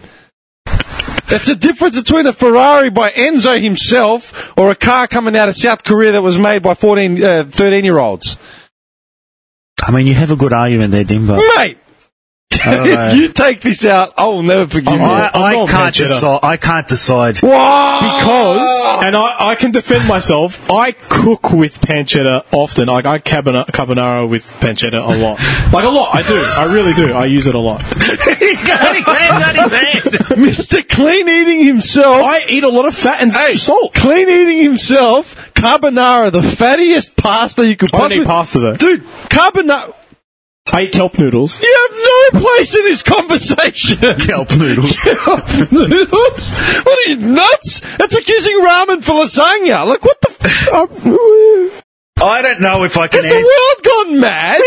It's the difference between a Ferrari by Enzo himself or a car coming out of South Korea that was made by 14, uh, 13 year olds.
I mean, you have a good argument there, Dimbo.
Mate,
don't know.
if you take this out, I will never forgive you.
I,
I'm
I
not
can't
Manchetta.
decide. I can't decide.
Why?
Because, and I, I can defend myself, I cook with pancetta often. Like, I cabana- carbonara with pancetta a lot. Like, a lot. I do. I really do. I use it a lot.
He's got his hands on his head.
Mr. Clean Eating himself.
I eat a lot of fat and
Hey,
salt.
Clean Eating himself. Carbonara, the fattiest pasta you could
I
possibly.
don't eat pasta, though.
Dude, carbonara.
I eat kelp noodles.
You have no place in this conversation.
Kelp noodles.
Noodles? What are you nuts? That's accusing ramen for lasagna. Like what the? F-
I don't know if I can
has the world
answer.
gone mad?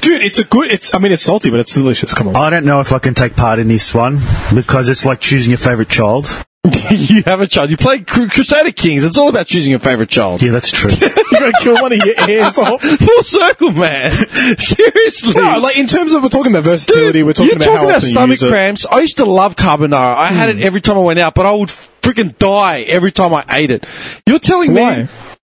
Dude, it's a good, it's, I mean, it's salty, but it's delicious. Come on.
I don't know if I can take part in this one because it's like choosing your favorite child.
you have a child. You play Cru- Crusader Kings. It's all about choosing your favorite child.
Yeah, that's true.
You're going to kill one of your ears off.
Full circle, man. Seriously.
Oh, No, like in terms of we're talking about
Dude,
versatility, we're talking
you're
about
talking
how
about
often
stomach
you use it.
cramps. I used to love carbonara. I had it every time I went out, but I would freaking die every time I ate it. You're telling
Why?
me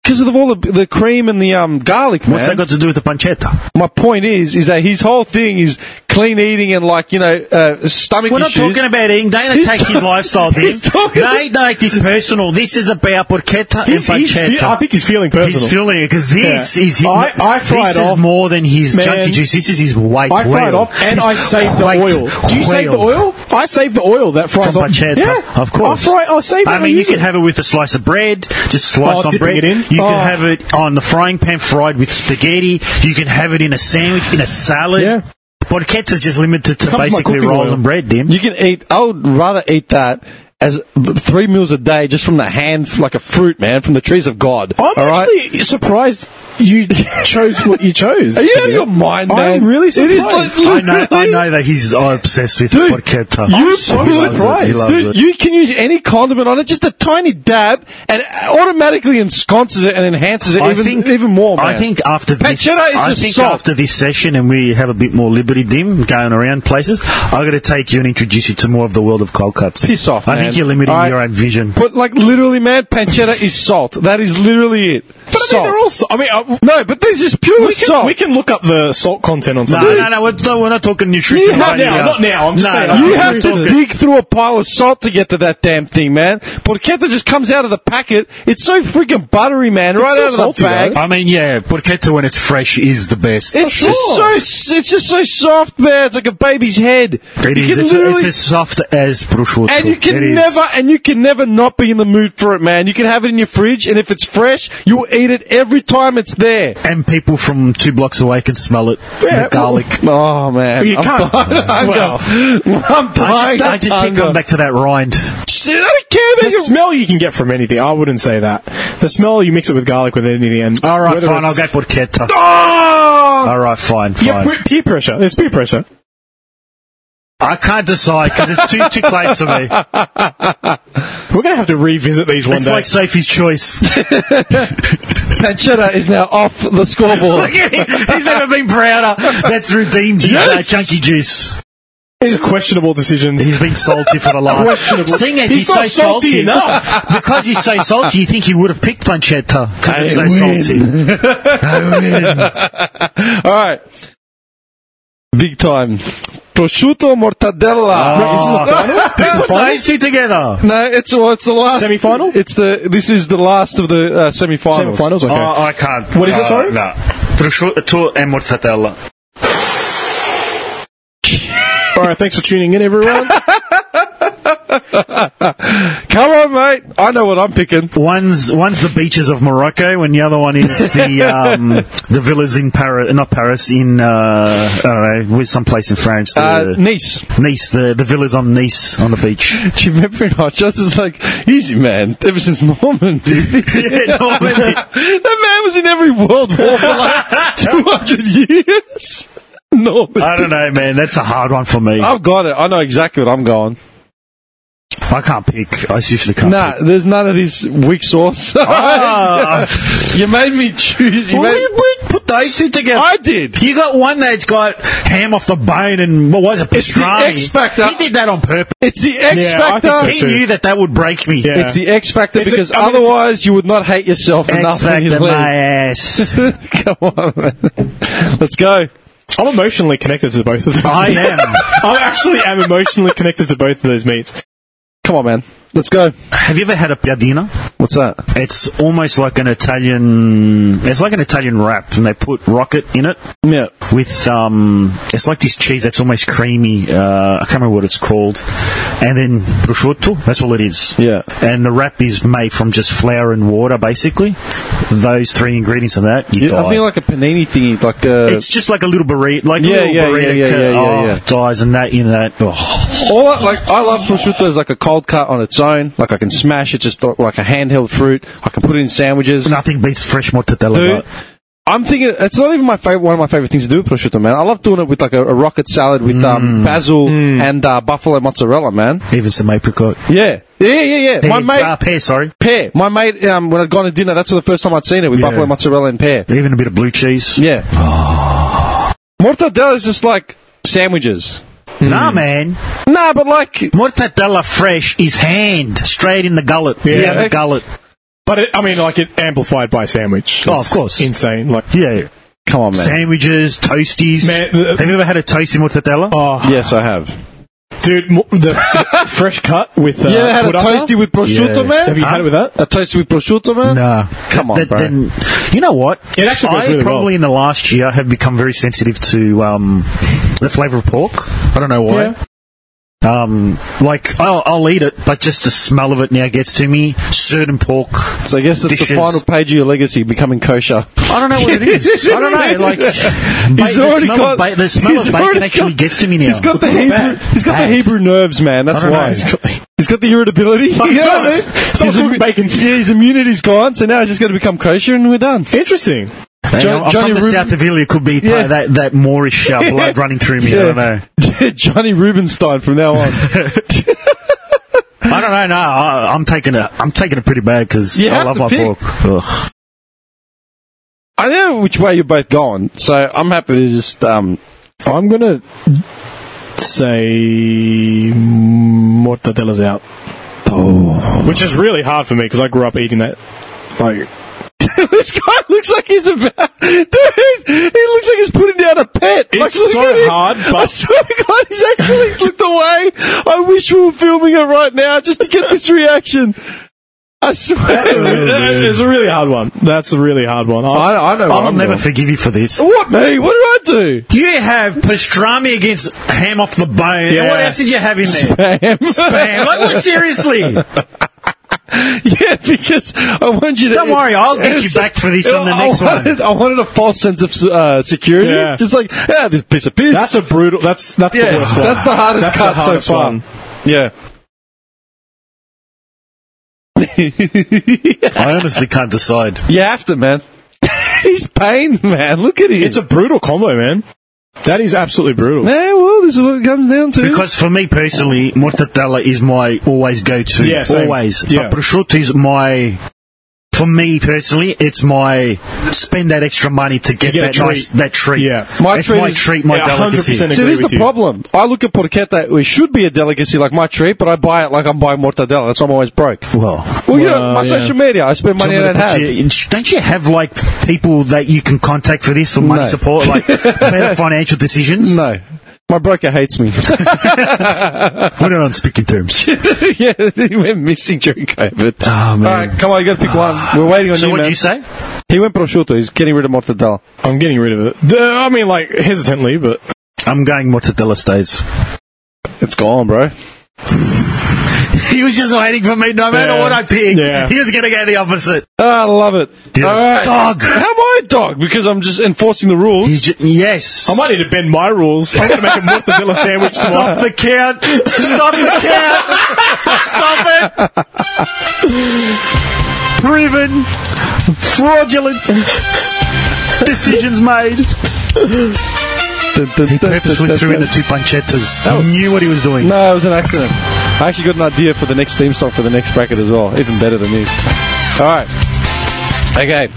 because of all the, the cream and the um, garlic, man.
What's that got to do with the pancetta?
My point is, is that his whole thing is clean eating and like you know uh, stomach
We're not
issues.
talking about eating. Don't
He's
attack
ta-
his lifestyle thing.
He's talking-
Don't make this personal. This is about porchetta and
He's, he's
pancetta.
fe- I think he's feeling personal.
He's feeling it because this
Yeah.
is his,
I- I fried
this
off-
is more than his
Man.
junkie juice. This is his weight.
I fried
whale.
off and
His
I saved the
weight
oil. Do you save the
whale.
oil? I save the oil that fries
From
off.
pancetta,
Yeah,
of course.
I fry. I save it.
I
and
mean, you
use
can
it.
have it with a slice of bread, just sliced
Oh,
on
dipping
bread.
it in?
You
Oh.
can have it on the frying pan, fried with spaghetti. You can have it in a sandwich, in a salad.
Yeah.
Porchetta's just limited to
Comes my
basically
cooking
rolls
oil.
and bread, Dim.
You can eat. I would rather eat that as three meals a day, just from the hand, like a fruit, man, from the trees of God.
I'm
all right?
actually surprised you chose what you chose.
Are you
to
out of
be
your
honest.
mind, man?
I'm really
It is
surprised.
like-
I know, I know that he's uh, obsessed with
Dude,
porchetta.
You're so
so surprised.
He
surprised.
loves
Dude,
it.
you can use any condiment on it, just a tiny dab, and it automatically ensconces it and enhances it
I
even,
think
even more, man.
I think after this,
Pancetta is
I
just
think
salt.
after this session, and we have a bit more liberty, Dim, going around places. I'm going to take you and introduce you to more of the world of cold cuts.
Piss off,
I
man.
think you're limiting
All right.
your own vision.
But, like, literally, man, pancetta is salt. That is literally it.
But I mean,
salt.
they're all. so- I mean, uh,
no, but this is pure
we, can,
salt.
we can look up the salt content on
No,
something.
no, no, we're, no, we're not talking nutrition.
Yeah, not
right
now,
here.
not now, I'm just saying,
you
we're
have to
talking-
dig through a pile of salt to get to that damn thing, man. Porchetta just comes out of the packet. It's so freaking buttery, man, right
so
out of
salty,
the bag.
though.
I mean, yeah, porchetta when it's fresh is the best.
It's just so it's just so soft, man. It's like a baby's head.
It
you
is.
can
It's,
literally,
it's as soft as prosciutto.
and you
It
can
is.
never and you can never not be in the mood for it, man. You can have it in your fridge, and if it's fresh, you will eat it every time it's there.
And people from two blocks away can smell it. the garlic.
Oh man,
You
I'm
can't.
dying of hunger.
Well.
I'm dying.
I just, I
of
just keep
hunger.
going back to that rind.
See, I don't care about
The
your
smell you can get from anything. I wouldn't say that. The smell you mix it with garlic with anything. And
All right,
whether
fine. I'll
it's-
go porchetta.
Oh!
All right, fine, fine.
Yeah, pe- peer pressure. There's peer pressure.
I can't decide because it's too too close to me.
We're gonna have to revisit these one
It's
day.
like Sophie's choice. Look
Pancetta is now off the scoreboard.
at him. He's never been prouder. That's redeemed his
Yes.
uh, chunky juice.
these are questionable decisions.
He's been salty for the last.
Questionable.
Seeing as
He's
he's, so
not salty
salty,
enough.
because he's so salty, you think he would have picked pancetta because it's so
win.
salty.
All right. Big time. Prosciutto mortadella.
Oh,
This is the
put those two together.
No, it's well, it's the last
Semi-final?
It's the this is the last of the uh, semi-finals.
Semi-finals. Okay.
Oh, I can't.
What is it, sorry?
No. Prosciutto and mortadella.
All right. Thanks for tuning in, everyone.
Come on, mate. I know what I'm picking.
One's one's the beaches of Morocco, and the other one is the um, the villas in Paris, not Paris, in uh, I don't know, with someplace in France. The,
Uh, niece.
Nice, the, the villas on Nice on the beach.
Do you remember in our shots? It's like easy, man. Ever since Norman, dude.
yeah, Normandy.
that man was in every world war for like 200 years. Norman.
I don't know, man. That's a hard one for me.
I've got it. I know exactly what I'm going.
I can't pick. I seriously can't.
Nah,
Pick.
there's none of this weak sauce.
Ah.
you made me choose. You
Well,
made,
we, we put those two together.
I did.
you got one that's got ham off the bone and what was it?
It's the
Pastrami.
X Factor.
He did that on purpose.
It's the X
Yeah, I think
Factor.
so.
He
too.
knew that that would break me.
Yeah.
It's the X Factor
It's a-
because
I mean, it's-
otherwise you would not hate yourself
X
enough when you
Factor, my
leave.
ass.
Come on, man. Let's go.
I'm emotionally connected to both of them.
I am.
I actually am emotionally connected to both of those meats.
Come on, man. Let's go.
Have you ever had a piadina?
What's that?
It's almost like an Italian. It's like an Italian wrap, and they put rocket in it.
Yeah.
with um, it's like this cheese that's almost creamy. Uh, I can't remember what it's called, and then prosciutto. That's all it is.
Yeah.
And the wrap is made from just flour and water, basically. Those three ingredients of that, you
yeah
die.
I think like a panini thingy, like uh,
it's just like a little burrito, like
Yeah,
a little
yeah,
burrito.
yeah, yeah,
cut-
yeah, yeah,
oh,
yeah.
Dies and that in that. Oh.
All I, like I love prosciutto is like a cold cut on its own. Like I can smash it just like a handheld fruit. I can put it in sandwiches.
Nothing beats fresh mortadella.
Dude,
though.
I'm thinking it's not even my favorite. One of my favorite things to do with prosciutto, man. I love doing it with like a, a rocket salad with um, basil and uh, buffalo mozzarella, man.
Even some apricot.
Yeah, yeah, yeah, yeah. My
Pear-
mate.
ah, pear, sorry.
Pear. My mate, um, when I'd gone to dinner, that's the first time I'd seen it with
Yeah.
buffalo mozzarella and pear.
Even a bit of blue cheese.
Yeah. Mortadella is just like sandwiches.
Nah, man.
Nah, but like
Mortadella fresh is hand straight in the gullet. Yeah, the
okay.
gullet.
But it, I mean, like it amplified by sandwich.
Oh, of
It's
course.
insane. Like,
Yeah.
Come on, man.
Sandwiches, toasties.
Man, the-
Have you ever had a toasty mortadella?
oh,
Yes, I have.
dude, mo- the fresh cut with uh,
you ever had a
purata?
toasty with
Yeah.
prosciutto, man?
Have you had it with that?
a toasty with prosciutto, man?
Nah.
Come on,
That-
bro.
then- you know what?
It actually goes
I
really
probably
well.
in the last year have become very sensitive to um, the flavour of pork. I don't know why. Um, like I'll, I'll eat it, but just the smell of it now gets to me. Certain pork.
So I guess it's
Dishes.
the final page of your legacy, becoming kosher.
I don't know what it is. I don't know. Like ba- the,
already
smell
got-
of ba- the smell
he's
of
already
bacon
got-
actually gets to me now.
He's got the Hebrew, he's got the Hebrew nerves, man. That's
I don't know.
why. He's got the irritability. You know what I mean?
Stop
His
cooking
immu-
bacon.
Yeah, his immunity's gone, so now he's just got to become kosher and we're done.
Interesting.
Man,
Jo-
I'm- I'm
Johnny
from the
Rubin-
south of Italy. It could be part
Yeah.
of that that Moorish uh, blood running through me. I don't know.
Johnny Rubenstein from now on.
I don't know. No, I, I'm taking it. I'm taking it pretty bad because
You
I
have
love
to
my
pick.
pork. Ugh.
I don't know which way you're both going, so I'm happy to just, um,
I'm gonna say mortadella's out. Which is really hard for me because I grew up eating that. Like,
this guy looks like he's about, dude, he looks like he's putting down a pet.
It's
like, look
so
at him.
hard, but-
I swear to God, he's actually looked away. I wish we were filming it right now just to get this reaction. I swear.
it's a really hard one. That's a really hard one. I,
I, I know
I'll
what I'm
never
doing.
forgive you for this.
What me? What did I do?
You have pastrami against ham off the bone.
Yeah.
What else did you have in there?
Bam.
Spam. Like, what, seriously? Don't
yeah, because I want you to.
worry, I'll get you back for this on the
I
next
wanted,
one.
I wanted a false sense of uh, security.
Yeah.
Just like, yeah, this piece of piss.
that's a brutal. That's that's
yeah,
the worst one.
that's the hardest
That's the
cut
hardest
so far.
one.
Yeah.
I honestly can't decide.
You have to, man. He's pained, man. Look at him.
It's a brutal combo, man. That is absolutely brutal.
Yeah, well, this is what it comes down to.
Because for me personally, mortadella is my always go to.
Yeah, same.
always.
Yeah.
But prosciutto is my. For me personally, it's my spend that extra money to get,
get a
that nice
treat.
that treat.
Yeah.
My
it's
treat
my
is-
treat, my
Yeah,
delicacy.
100%
See,
agree
this is
with
the
you.
problem. I look at porchetta, it should be a delicacy like my treat, but I buy it like I'm buying mortadella. That's why I'm always broke.
Well,
Well, you know,
Well,
my
yeah.
social media, I spend money I don't have.
You, don't you have like people that you can contact for this for money
No.
support, like better financial decisions?
No. My broker hates me.
we're not on speaking terms.
yeah, he went missing during COVID.
Ah.
Oh, man.
All right, come on, you got to pick one. We're waiting on
So
you,
what
man.
do you say?
He went prosciutto. He's getting rid of mortadella.
I'm getting rid of it. The- I mean, like hesitantly, but
I'm going mortadella stays.
It's gone, bro.
He was just waiting for me, no matter
Yeah.
what I picked.
Yeah.
He was going to go the opposite.
Ah, I love it.
Dude,
All right.
dog.
How am I a dog? Because I'm just enforcing the rules.
He's ju- yes.
I might need to bend my rules. I'm gonna make a mortadella sandwich tomorrow.
Stop the count. Stop the count. Stop it. Proven. Fraudulent. Decisions made.
He
Purposely threw in the two pancettas.
That was-
He knew what he was doing.
No, it was an accident. I actually got an idea for the next theme song for the next bracket as well. Even better than this. All right. Okay.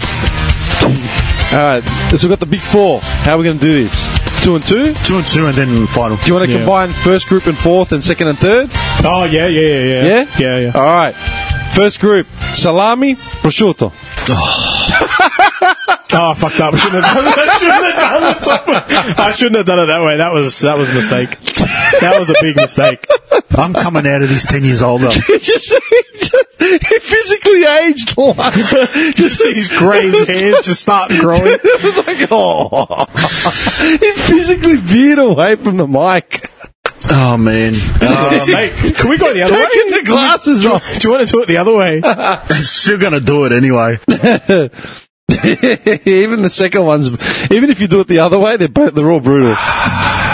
All right. So we've got the big four. How are we going to do this? Two and two? Do
Two and two and then final.
you want to
Yeah.
combine first group and fourth and second and third?
Oh yeah, yeah, yeah, yeah,
Yeah?
yeah, yeah.
All right. First group, salami, prosciutto.
Oh, fucked up. I shouldn't have done that. I shouldn't have done the top one. I shouldn't have done it that way. That was that was a mistake. That was a big mistake.
I'm coming out of this 10 years older.
You just see, he physically aged. like-
Just see his grey hairs just start growing.
It was like, oh. he physically veered away from the mic.
Oh, man.
He's
Mate, can we go the other way?
taking the glasses off.
Do you want to do it the other way?
I'm still going to do it anyway.
even the second ones, even if you do it the other way, they're both, they're all brutal.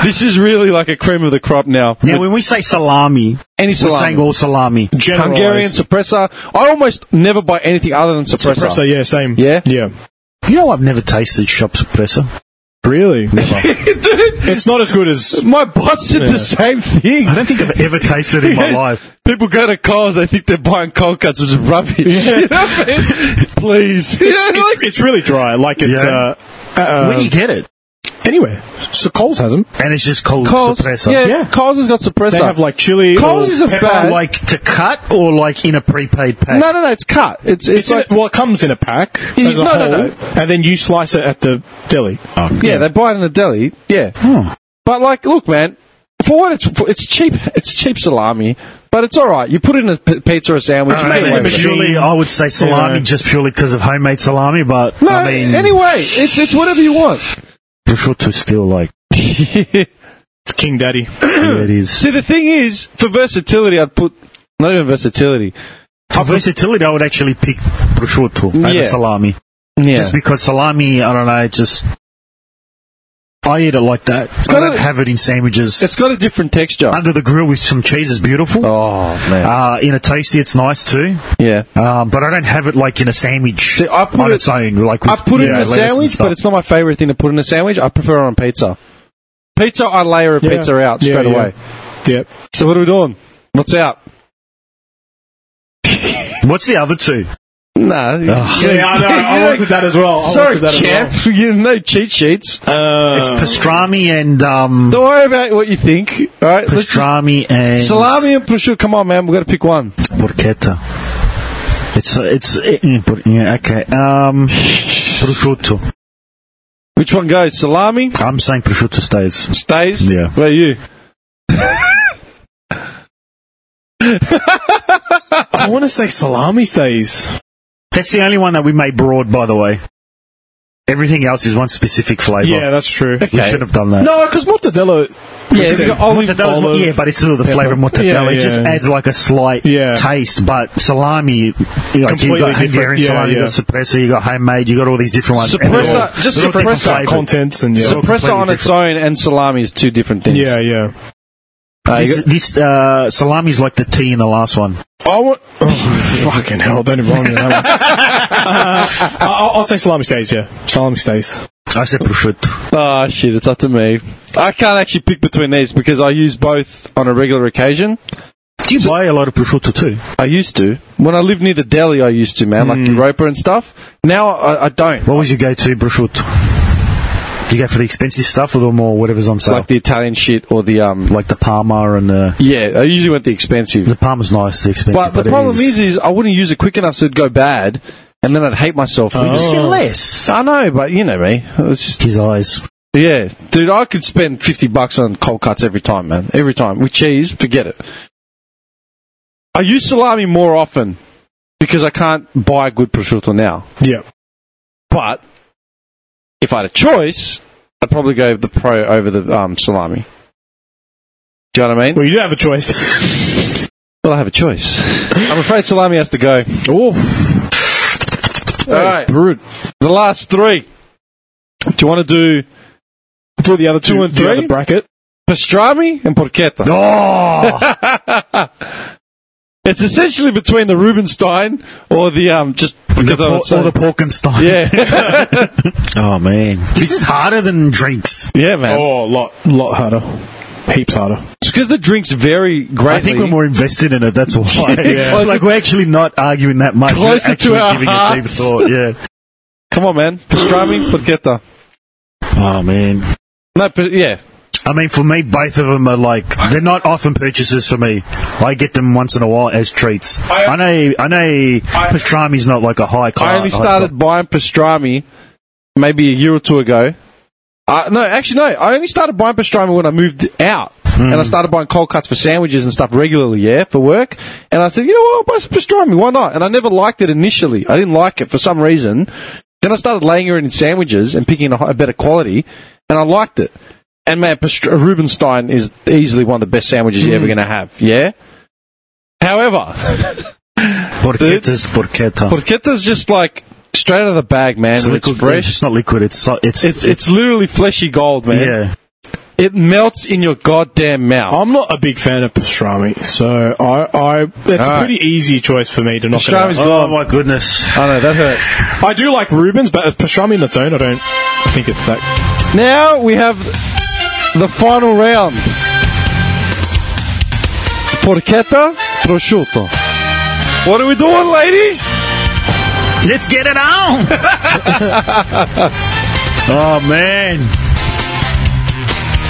This is really like a cream of the crop now.
Now, when we say salami,
Any
we're
salami.
saying all salami.
Generalized.
Hungarian suppressor. I almost never buy anything other than suppressor.
suppressor. Yeah, same.
Yeah?
yeah.
You know, I've never tasted shop suppressor.
Really?
Dude,
It's not as good as.
my boss said the same thing.
I don't think I've ever tasted it in my
Yes.
life.
People go to Coles, they think they're buying cold cuts, which is rubbish. You know what I mean? Please. You know,
It's,
like-
it's really dry. Like it's.
Yeah.
Uh, uh,
Where do you get it?
anywhere. So Coles has them.
and it's just called
Coles,
suppressor.
yeah,
Yeah.
Coles has got suppressor.
They have like chili.
Coles
or
isn't
pepper.
bad.
Like to cut or like in a prepaid pack.
no, no, no, it's cut. It's
It's
it's, like
in, well, it comes in a pack
Yeah,
as a
no,
whole,
no, no.
and then you slice it at the deli.
yeah, they buy it in a deli. Yeah,
Hmm.
but like, look, man, for what it's for, it's cheap. It's cheap salami, but it's all right. You put it in a p- pizza or a sandwich.
I
you
don't know,
get away
but
with it.
surely I would say salami
Yeah.
just purely because of homemade salami, but
no,
I mean,
anyway, it's it's whatever you want.
difficult to still like
See,
It's King Daddy.
yeah, it is.
the thing is, for versatility, I'd put not even versatility.
For versatility, I would actually pick prosciutto
Yeah.
over salami.
Yeah,
Just because salami, I don't know, it just. I eat it like that. I
got
don't
a-
have it in sandwiches.
it's got a different texture.
Under the grill with some cheese is beautiful.
oh man,
Uh, in a tasty, it's nice too.
yeah.
Um, but I don't have it like in a sandwich
See, I put
on
it-
its own. Like with,
I put it
yeah,
in a
lettuce and
sandwich,
stuff.
but it's not my favorite thing to put in a sandwich. I prefer it on pizza. Pizza, I layer a
Yeah.
pizza out
Yeah,
straight
yeah.
away.
Yep.
So what are we doing? What's out?
What's the other two?
Nah.
Ugh.
Yeah, I know. I wanted that as well. I
Sorry,
wanted that as
champ. You no cheat sheets.
well. Uh,
It's
Uh,
pastrami and um,
Don't worry about what you think. All right. Let's just-
pastrami and
salami and prosciutto. Come on, man. We've got to pick one.
porchetta. It's uh, it's eh, eh, por- yeah, okay. Um, prosciutto.
Which one goes? Salami
I'm saying prosciutto stays.
stays.
Yeah.
Where are you?
I want to say salami stays.
That's the only one that we made broad, by the way. Everything else is one specific flavour.
Yeah, that's true.
We should have done that.
No, because mortadella.
Yeah, we got olive
Mortadella's
olive.
mo- yeah, but it's still the flavour of mortadella.
Yeah,
It just
yeah.
adds like a slight
Yeah.
taste. But salami, like you
Completely
got
different.
Hungarian
Yeah,
salami, you
yeah.
got suppressor, you got homemade, you got all these different ones. And they're
Suppressor-
all-
just
they're all different
suppressor
flavours.
contents and yeah.
So-
Suppressor on
completely
its own and salami is two different things.
yeah, yeah.
Uh, you
This,
got-
this uh, salami's like the tea in the last one.
I want. Oh, fucking hell! Don't even me that one. Uh, I'll, I'll say salami stays. Yeah, salami stays.
I said prosciutto.
Oh shit, it's up to me. I can't actually pick between these because I use both on a regular occasion.
Do you buy a lot of prosciutto too?
I used to. When I lived near the deli, I used to, man, like
Hmm.
Europa and stuff. Now I, I don't.
What was your go-to prosciutto? Do you go for the expensive stuff or the more whatever's on sale?
Like
Like,
the Italian shit or the, um,
the Parma and the...
yeah, I usually went the expensive.
The Parma's nice, the expensive.
But the
it
problem is, is I wouldn't use it quick enough so it'd go bad and then I'd hate myself.
You just get less.
I know, but you know me. It's,
Oh. His eyes.
yeah, dude, I could spend 50 bucks on cold cuts every time, man. Every time. With cheese, forget it. I use salami more often because I can't buy good prosciutto now.
Yeah.
But if I had a choice, I'd probably go the pro over the um, salami. Do you know what I mean?
Well, you do have a choice.
Well, I have a choice. I'm afraid salami has to go.
Oof.
All right, brute. The last three. Do you want to do
For the other two,
Two and
the
three?
other bracket.
pastrami and porchetta?
Oh!
it's essentially between the Rubenstein or the um just
the
because I would
por-
say-
or the pork and stuff.
yeah
Oh, man. This is harder than drinks.
yeah man
Oh, a lot, lot harder. Heaps harder.
because the drinks vary greatly.
I think we're more invested in it, that's why.
Yeah.
Like, we're actually not arguing that much.
Closer to
we're actually
our
giving
hearts.
it deep thought, yeah.
Come on, man, pastrami porchetta.
Oh, man.
No, but yeah,
I mean, for me, both of them are like they're not often purchases for me. I get them once in a while as treats. I,
I-
know, I know, pastrami's not like a high class.
I only started buying pastrami maybe a year or two ago. Uh, no, actually, no. I only started buying pastrami when I moved out. And I started buying cold cuts for sandwiches and stuff regularly, yeah, for work. And I said, you know what, I'll buy some pastrami, why not? And I never liked it initially. I didn't like it for some reason. Then I started laying it in sandwiches and picking a, hi- a better quality, and I liked it. And man, pastr- Rubenstein is easily one of the best sandwiches you're ever going to have, yeah? However,
porchetta's porchetta.
Porchetta's just like straight out of the bag, man. It's,
liquid-
fresh.
It's not liquid. It's so- it's
It's it's literally fleshy gold, man.
yeah.
It melts in your goddamn mouth.
I'm not a big fan of pastrami, so I, I it's
All
a
right.
pretty easy choice for me to knock
Pastrami's
it out. Um,
Oh my goodness!
I know that hurt.
I do like Rubens, but pastrami on its own, I don't think it's that.
Now we have the final round. Porchetta, prosciutto. What are we doing, ladies?
Let's get it on. oh man!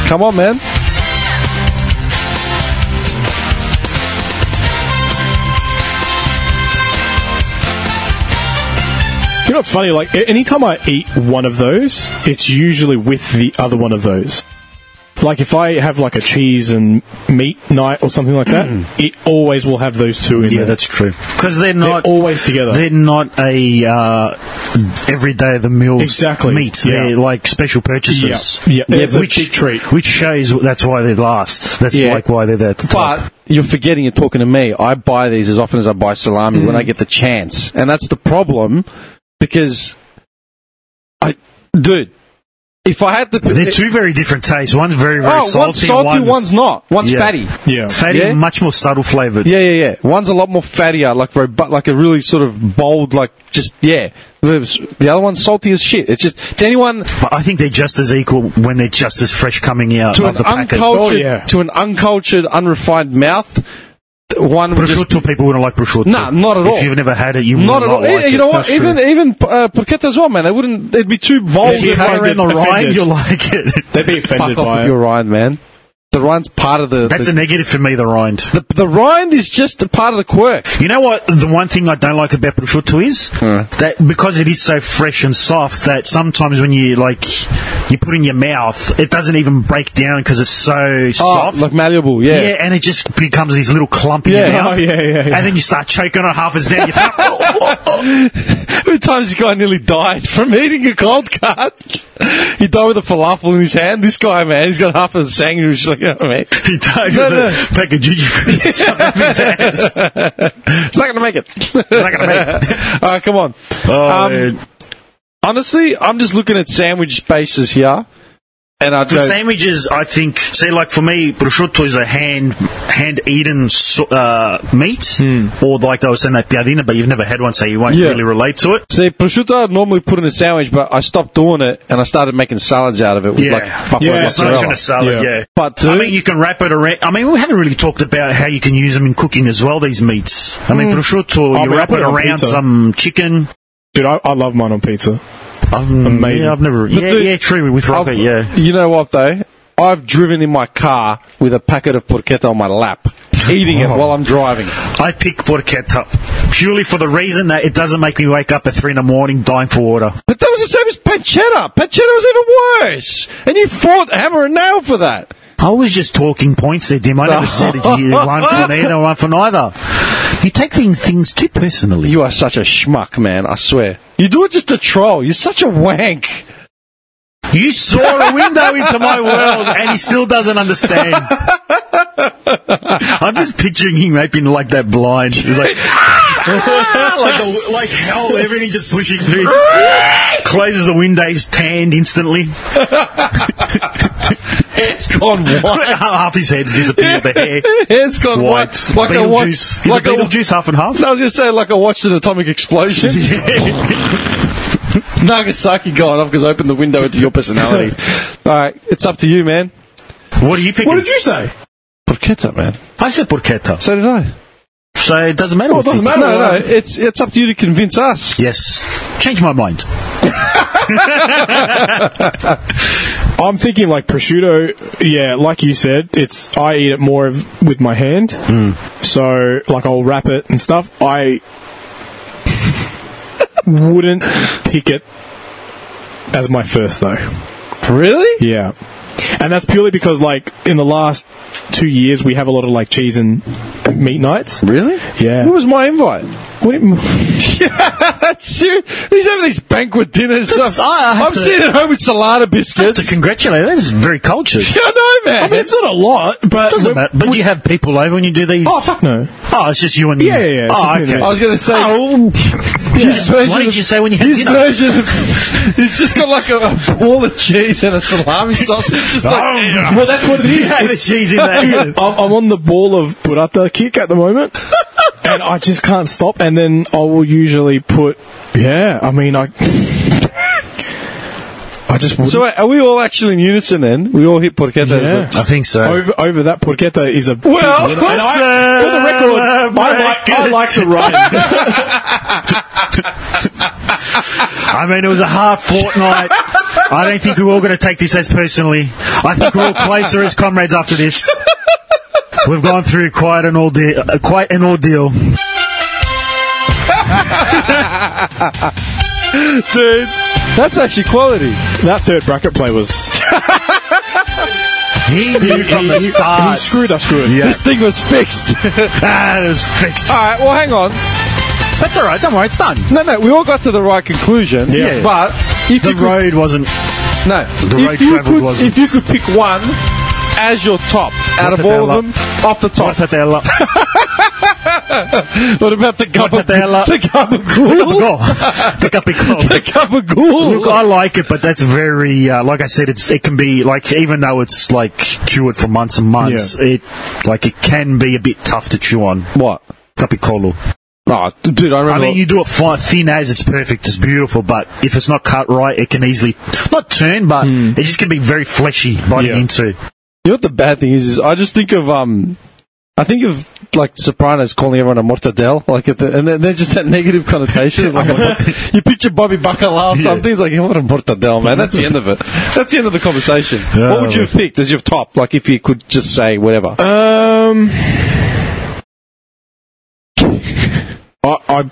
Come on, man.
You know, it's funny. Like a- anytime I eat one of those, it's usually with the other one of those. Like if I have like a cheese and meat night or something like that, it always will have those two in
Yeah,
there.
that's true. Because they're
They're
not
always together.
They're not a uh, every day of the meal
Exactly,
meat.
yeah.
They're like special purchases.
Yeah, yeah, it's a big treat.
Which shows that's why they last. That's
Yeah.
like why they're there at the top.
But you're forgetting you're talking to me. I buy these as often as I buy salami when I get the chance. And that's the problem because I dude, if I had the
they're two very different tastes. One's very very
Oh,
salty.
one's salty, one's, not. One's
Yeah.
fatty.
yeah.
fatty,
Yeah.
and much more subtle flavored.
Yeah, yeah, yeah. One's a lot more fattier, like robust, like a really sort of bold, like just yeah. The other one's salty as shit. It's just to anyone
But I think they're just as equal when they're just as fresh coming out
to
of
an
the packet.
uncultured,
Oh, yeah.
to an uncultured, unrefined mouth, th- one would just
Prosciutto people wouldn't like prosciutto.
Nah, not at all.
If you've never had it, you
not
will
at all.
Mm.
E,
Like
you
it.
know what?
That's
even
true.
even uh, porchetta as well, man. They wouldn't. It'd be too bold.
if you
if
had
I
had it
did-
in the rind,
offended.
you'll like it.
They'd be
Fuck
offended
off
by
with
it.
your rind, man. The rind's part of the.
That's
the,
a negative for me. The rind.
the, the rind is just a part of the quirk.
You know what? The one thing I don't like about prosciutto is
Huh.
that because it is so fresh and soft, that sometimes when you like you put in your mouth, it doesn't even break down because it's so
Oh,
soft.
like malleable.
yeah.
Yeah.
and it just becomes this little clump in
Yeah.
your mouth.
Oh, yeah, yeah, yeah.
And then you start choking on it half as down your throat. Oh, oh, oh.
How many times this guy nearly died from eating a cold cut? he died with a falafel in his hand. This guy, man, he's got half a sang. He was just like, oh, man,
He died
No,
with
no.
a pack of jujube fruit shoved up his ass.
it's not going to make it.
Not gonna make
it. All right, come on.
Oh,
Um,
man.
Honestly, I'm just looking at sandwich spaces here, and I
For
don't.
sandwiches, I think. See, like for me, prosciutto is a hand hand eaten so, uh, meat, or like they were saying that piadina, but you've never had one, so you won't
Yeah.
really relate to it.
See, prosciutto I'd normally put in a sandwich, but I stopped doing it and I started making salads out of it with
Yeah.
like buffalo
Yeah,
It's not
mozzarella.
just in a salad,
Yeah.
yeah.
But dude,
I mean, you can wrap it around. I mean, we haven't really talked about how you can use them in cooking as well. These meats. I mean, prosciutto,
I
you
mean, I
wrap
put
it
it on
around
pizza.
some chicken.
Dude, I, I love mine on pizza.
I've,
Amazing.
Yeah, I've never. Yeah,
the-
yeah, true. With
I'll-
rocket, yeah.
You know what though? I've driven in my car with a packet of porchetta on my lap, eating it while I'm driving.
I pick porchetta purely for the reason that it doesn't make me wake up at three in the morning dying for water.
But that was the same as pancetta. Pancetta was even worse, and you fought hammer and nail for that.
I was just talking points there, Dim. I never said it to you. One for neither, one for neither. You take things, things too personally.
You are such a schmuck, man. I swear. You do it just to troll. You're such a wank.
You saw a window into my world, and he still doesn't understand. I'm just picturing him mate, being like that blind. He's like, like, the, like hell, everything just pushing through. Closes the window, he's tanned instantly.
It's gone white.
half his head's disappeared, the hair.
It's gone white.
White.
Like a watch.
Beetlejuice. Is
like
it
a watch.
Beetlejuice, half and half?
No, I was just saying, like I watched an atomic explosion. Nagasaki going off because I opened the window into your personality. All right, it's up to you, man.
What are you picking?
What did you say?
Porchetta, man.
I said porchetta.
So did I.
So it doesn't matter.
Oh,
what you
No,
think.
no, it's it's up to you to convince us.
Yes. Change my mind.
I'm thinking like prosciutto. Yeah, like you said, it's I eat it more of, with my hand.
Hmm.
So like I'll wrap it and stuff. I wouldn't pick it as my first though.
Really?
Yeah. And that's purely because like in the last 2 years we have a lot of like cheese and meat nights.
Really?
Yeah.
What was my invite?
What do you-
Serious? He's having these banquet dinners.
That's- I
I'm,
have
I'm
to-
sitting at home with salada
Just to
biscuits.
congratulate. That is very cultured.
Yeah, I know, man.
I mean, it's not a lot, but
Doesn't matter. But you have people over when you do these.
Oh fuck no.
Oh, it's just you and
Yeah, yeah, yeah. It's
Oh,
just me and
okay.
him.
I was going to say. Oh. His version
What did
of-
you say when you had
his
dinner?
version of, he's just got like a, a ball of cheese and a salami sausage. Just like,
Well, that's what it is.
Yeah, the cheese in
I'm,
that.
I'm on the ball of burrata kick at the moment, and I just can't stop. And then I will usually put, yeah. I mean, I. I just wouldn't.
So uh, wait, are we all actually in unison then? We all hit porchetta.
Yeah.
Yeah.
I think so.
over over that porchetta is a
Well,
And I, for the record, I like, I like the ride.
I mean, it was a hard fortnight. I don't think we're all going to take this as personally. I think we're all closer as comrades after this. We've gone through quite an ordeal. Uh, quite an ordeal.
Dude, that's actually quality.
that third bracket play was
He knew from the
he- He
start.
screwed us good.
Yeah.
This thing was fixed.
Ah, it was fixed.
all right, well, hang on.
That's all right. Don't worry. It's done.
No, no, we all got to the right conclusion.
Yeah.
But if
The
you could,
road wasn't.
no,
the
if
road
you
travelled
could, if
wasn't-
you could pick one as your top out
What
of
the
all
hell
of them, off the top.
What the hell?
What, about the gubba?
the hell?
The gubba ghoul.
Pick up a call.
The gubba ghoul.
Look, I like it, but that's very, uh, like I said, it's it can be like even though it's like cured for months and months, it like it can be a bit tough to chew on.
what?
Tapicolo.
Oh, d- dude, I
I
remember.
mean, you do it fi- thin as it's perfect, it's beautiful, but if it's not cut right, it can easily not turn, but it just can be very fleshy biting
Hmm. Yeah.
into.
You know what the bad thing is? Is I just think of um, I think of like Sopranos calling everyone a mortadel, like at the, and then there's just that negative connotation. Of like, a- you picture Bobby Bacala or something. It's like, "Yeah, what a mortadel, man. That's the end of it. That's the end of the conversation. what would you have picked as your top? Like if you could just say whatever.
Um, I, I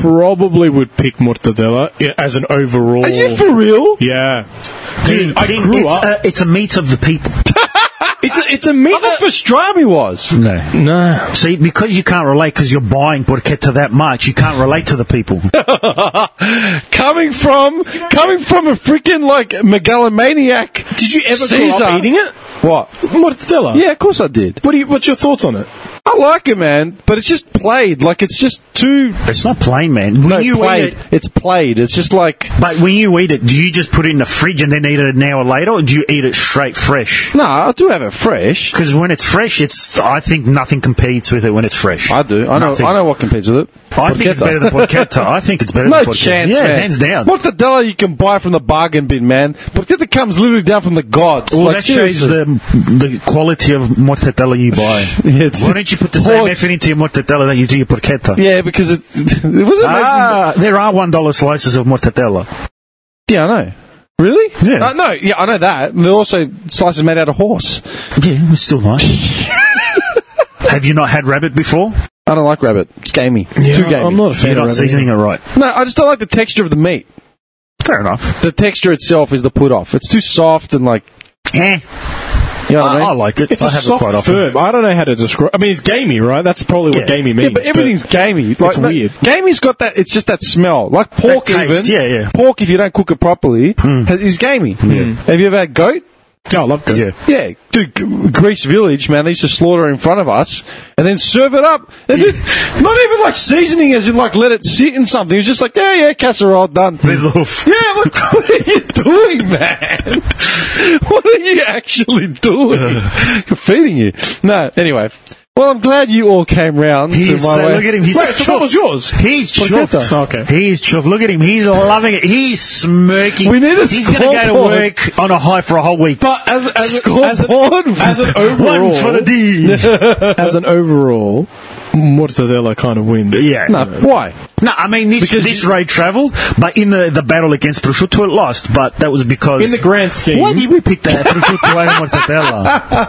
probably would pick mortadella i- as an overall.
Are you for real?
yeah, dude, I
It-
grew
it's,
up.
A, it's a meat of the people.
It's a, it's a meat that pastrami was.
No.
no,
See, because you can't relate, because you're buying porchetta that much, you can't relate to the people.
coming from coming from a freaking like megalomaniac. Did you
ever grow
Caesar?
up eating it?
What?
mortadella.
Yeah, of course I did.
What do you, what's your thoughts on it?
I like it, man, but it's just played. Like it's just too
It's not plain, man. When
no,
you eat
played.
it,
It's played. It's just like
But when you eat it, do you just put it in the fridge and then eat it an hour later, or do you eat it straight fresh?
no. I do have it fresh.
Because when it's fresh, it's I think nothing competes with it when it's fresh.
I do. I know.
Nothing.
I know what competes with it.
I think it's
Porchetta.
better than porchetta. I think it's better
No
than porchetta.
chance,
yeah,
man.
hands down.
Mortadella you can buy from the bargain bin, man. Porchetta comes literally down from the gods.
well,
like,
that shows
seriously.
the the quality of mortadella you buy.
Yeah, it's-
Why don't you put the same
Horse.
effort into your mortadella that you do your porchetta?
Yeah, because it's it wasn't. Ah.
Ah, there are one dollar slices of mortadella.
yeah, I know. Really?
Yeah.
Uh, no. Yeah, I know that. They're also slices made out of horse.
Yeah, it's still nice. Have you not had rabbit before?
I don't like rabbit. It's gamey. Too gamey.
I'm not a fan
You're not
of rabbit.
seasoning it right.
No, I just don't like the texture of the meat.
Fair enough.
the texture itself is the put off. It's too soft and like
Eh,
you know what
I,
I
I
mean.
like it.
It's
I
a
have it quite
soft
often.
verb. I don't know how to describe. I mean, it's gamey, right? That's probably what
Yeah.
gamey means.
yeah, but everything's gamey. Like,
it's
no,
weird.
Gamey's got that. It's just that smell, like pork.
taste,
even
yeah, Hmm. yeah.
Pork, if you don't cook it properly, has, is gamey. Have you ever had goat?
Yeah, I love goat.
Yeah.
Yeah, dude, G- Greece Village, man, they used to slaughter in front of us and then serve it up. And then, not even like seasoning, as in like let it sit in something. It was just like, yeah, yeah, casserole done.
There's a little f-
Yeah, look, what are you doing, man? What are you actually doing? Feeding you. No, anyway. Well, I'm glad you all came round to
He's
my
so,
way.
look at him. He's
Wait, so what was yours?
He's chuffed.
Porchetta.
Okay.
He's chuffed. Look at him. He's loving it. He's smirking.
We need a
He's going to go to
scoreboard.
work on a high for a whole week.
But as as as,
Scoreboard.
as an overall,
One for the D.
as an overall, mortadella kind of wins.
yeah.
no,
No.
why?
I mean this
Because
this
you-
road travel, but in the, the battle against Prosciutto, it lost. But that was because
In the grand scheme,
Why did we pick that Prosciutto over Mortadella?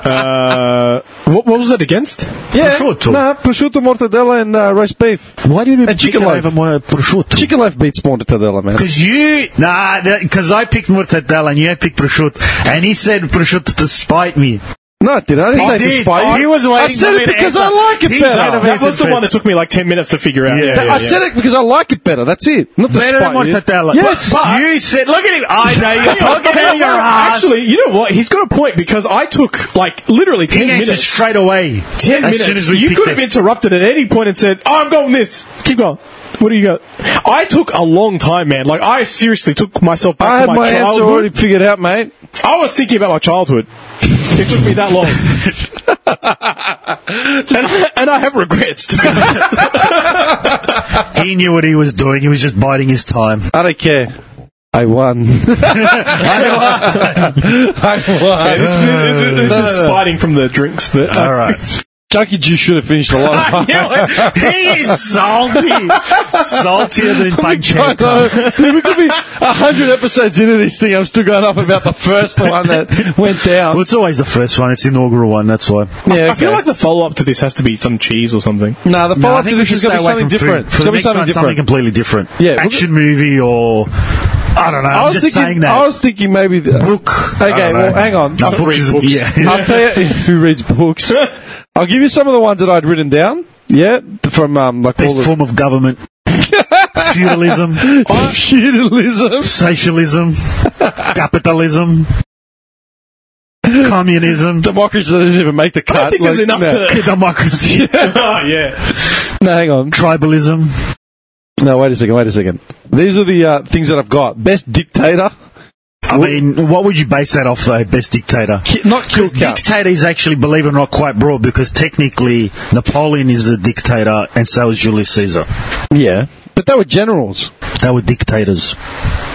uh, what, what was it against?
Yeah,
Prosciutto.
Nah, prosciutto, mortadella, and uh, roast beef.
Why did we pick
chicken
that
loaf.
over more Prosciutto?
Chicken loaf beats mortadella, man.
Because you, nah, because I picked Mortadella and you had picked Prosciutto, and he said Prosciutto to spite me.
No, I didn't. I didn't
He
say
did.
despite.
He was waiting
I said
for me
it
to
because
answer.
I like it
He should have
better.
That was the
first.
one that took me like ten minutes to figure out.
Yeah.
I said it because I like it better. That's it. Not
Better than
despite you.
Mortadella.
Yes,
But you said, look at him. I know you're talking out your ass.
Actually, you know what? He's got a point because I took like literally ten
he
minutes.
answered straight away.
ten
as
minutes.
Soon as we
you
picked
could have
it.
interrupted at any point and said, oh, "I'm going this." Keep going. What do you got? I took a long time, man. Like I seriously took myself back
I
to
had
my,
my answer
childhood.
already figured out, mate.
I was thinking about my childhood. It took me that long, and, I, and I have regrets. To be
Uh,
honest.
He knew what he was doing. He was just biding his time.
I don't care. I won. I won.
Yeah, this, this- this is spiting from the drinks, but uh,
All right.
Junkie Juice E. should have finished a lot of
he is salty. Saltier than
I know.
Pancetta.
Dude, we E. could be a hundred episodes into this thing. I'm still going off about the first one that went
Well,
down.
it's always the first one. It's the inaugural one. That's why.
Yeah,
I feel like the follow up to this has to be some cheese or something.
nah, the
No,
follow-up to this is going to be something different.
food. For
It's going to be
the next
something
one, something
different.
completely different.
Yeah, we'll
action movie or I don't know.
I
I'm
was
just saying
thinking.
that.
I was thinking maybe. The,
book. I
Okay,
don't
well,
know.
hang on.
No,
I don't
books
read
is-
books.
yeah.
I'll tell you who reads books. I'll give you some of the ones that I'd written down. Yeah, from um, like all
Best
the
form of government. Feudalism,
feudalism.
socialism, capitalism, communism,
Democracy doesn't even make the cut.
think there's enough
no.
to-
democracy,
oh, yeah.
No, hang on.
tribalism.
No, wait a second. Wait a second. These are the uh, things that I've got. Best dictator.
I mean, what would you base that off though? Best dictator.
Ki- not kill
Because
count.
dictator is actually, believe it or not, quite broad because technically Napoleon is a dictator and so is Julius Caesar.
yeah, but they were generals.
They were dictators.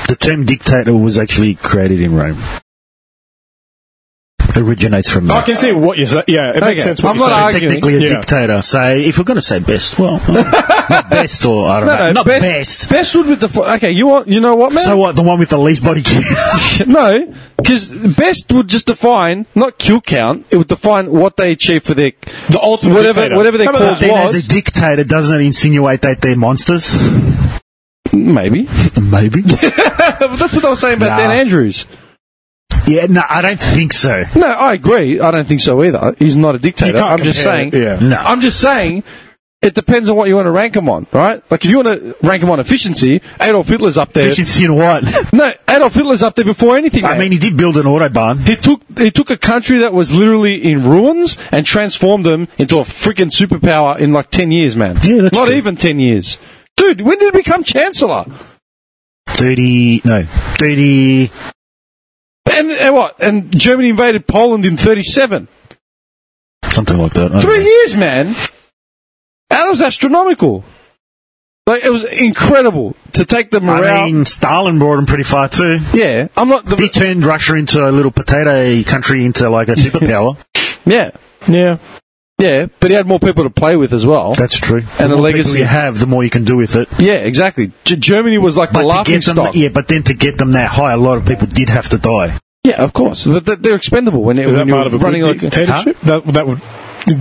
The term dictator was actually created in Rome. Originates from
I
that.
can see what you're saying. Yeah, it makes
Okay.
sense what
I'm
you're
not
saying.
arguing.
Technically a
Yeah.
dictator. So if we're going to say best, well, uh, not best or I don't
No,
know,
no,
not
best,
best.
Best would with the fo- okay. You want you know what man?
So what? The one with the least body count?
no, because best would just define not kill count. It would define what they achieved for their
The ultimate
Whatever-
dictator.
whatever they
How about
call
that?
it.
then
was.
as a dictator, doesn't it insinuate that they're monsters?
maybe.
Maybe.
but that's what I was saying about
Nah.
Dan Andrews.
yeah. No, I don't think so.
No, I agree. I don't think so either. He's not a dictator.
You can't
I'm just
compare
saying.
it, yeah.
No.
I'm just saying. It depends on what you want to rank him on, right? Like if you want to rank him on efficiency, Adolf Hitler's up there.
Efficiency in what?
No, Adolf Hitler's up there before anything.
I
mate.
mean, he did build an autobahn.
He took he took a country that was literally in ruins and transformed them into a freaking superpower in like ten years, man.
Yeah, that's
not
true.
even ten years, dude. When did he become chancellor?
Thirty? No, thirty.
And, and what? And Germany invaded Poland in thirty-seven.
Something like that. I don't
Three
know.
years, man. That was astronomical. Like it was incredible to take the morale.
I mean, Stalin brought him pretty far too.
yeah, I'm not.
He
The,
turned Russia into a little potato country into like a superpower.
yeah,
Yeah.
yeah, but he had more people to play with as well.
That's true.
And
the
a
more
legacy.
people you have, the more you can do with it.
Yeah, exactly. G- Germany was like the
But to
laughing
get them,
stock.
yeah, but then to get them that high, a lot of people did have to die.
Yeah, of course. But th- they're expendable when, it,
Is
when
that
you're
part of a
running
good
like
dictatorship? That, that would.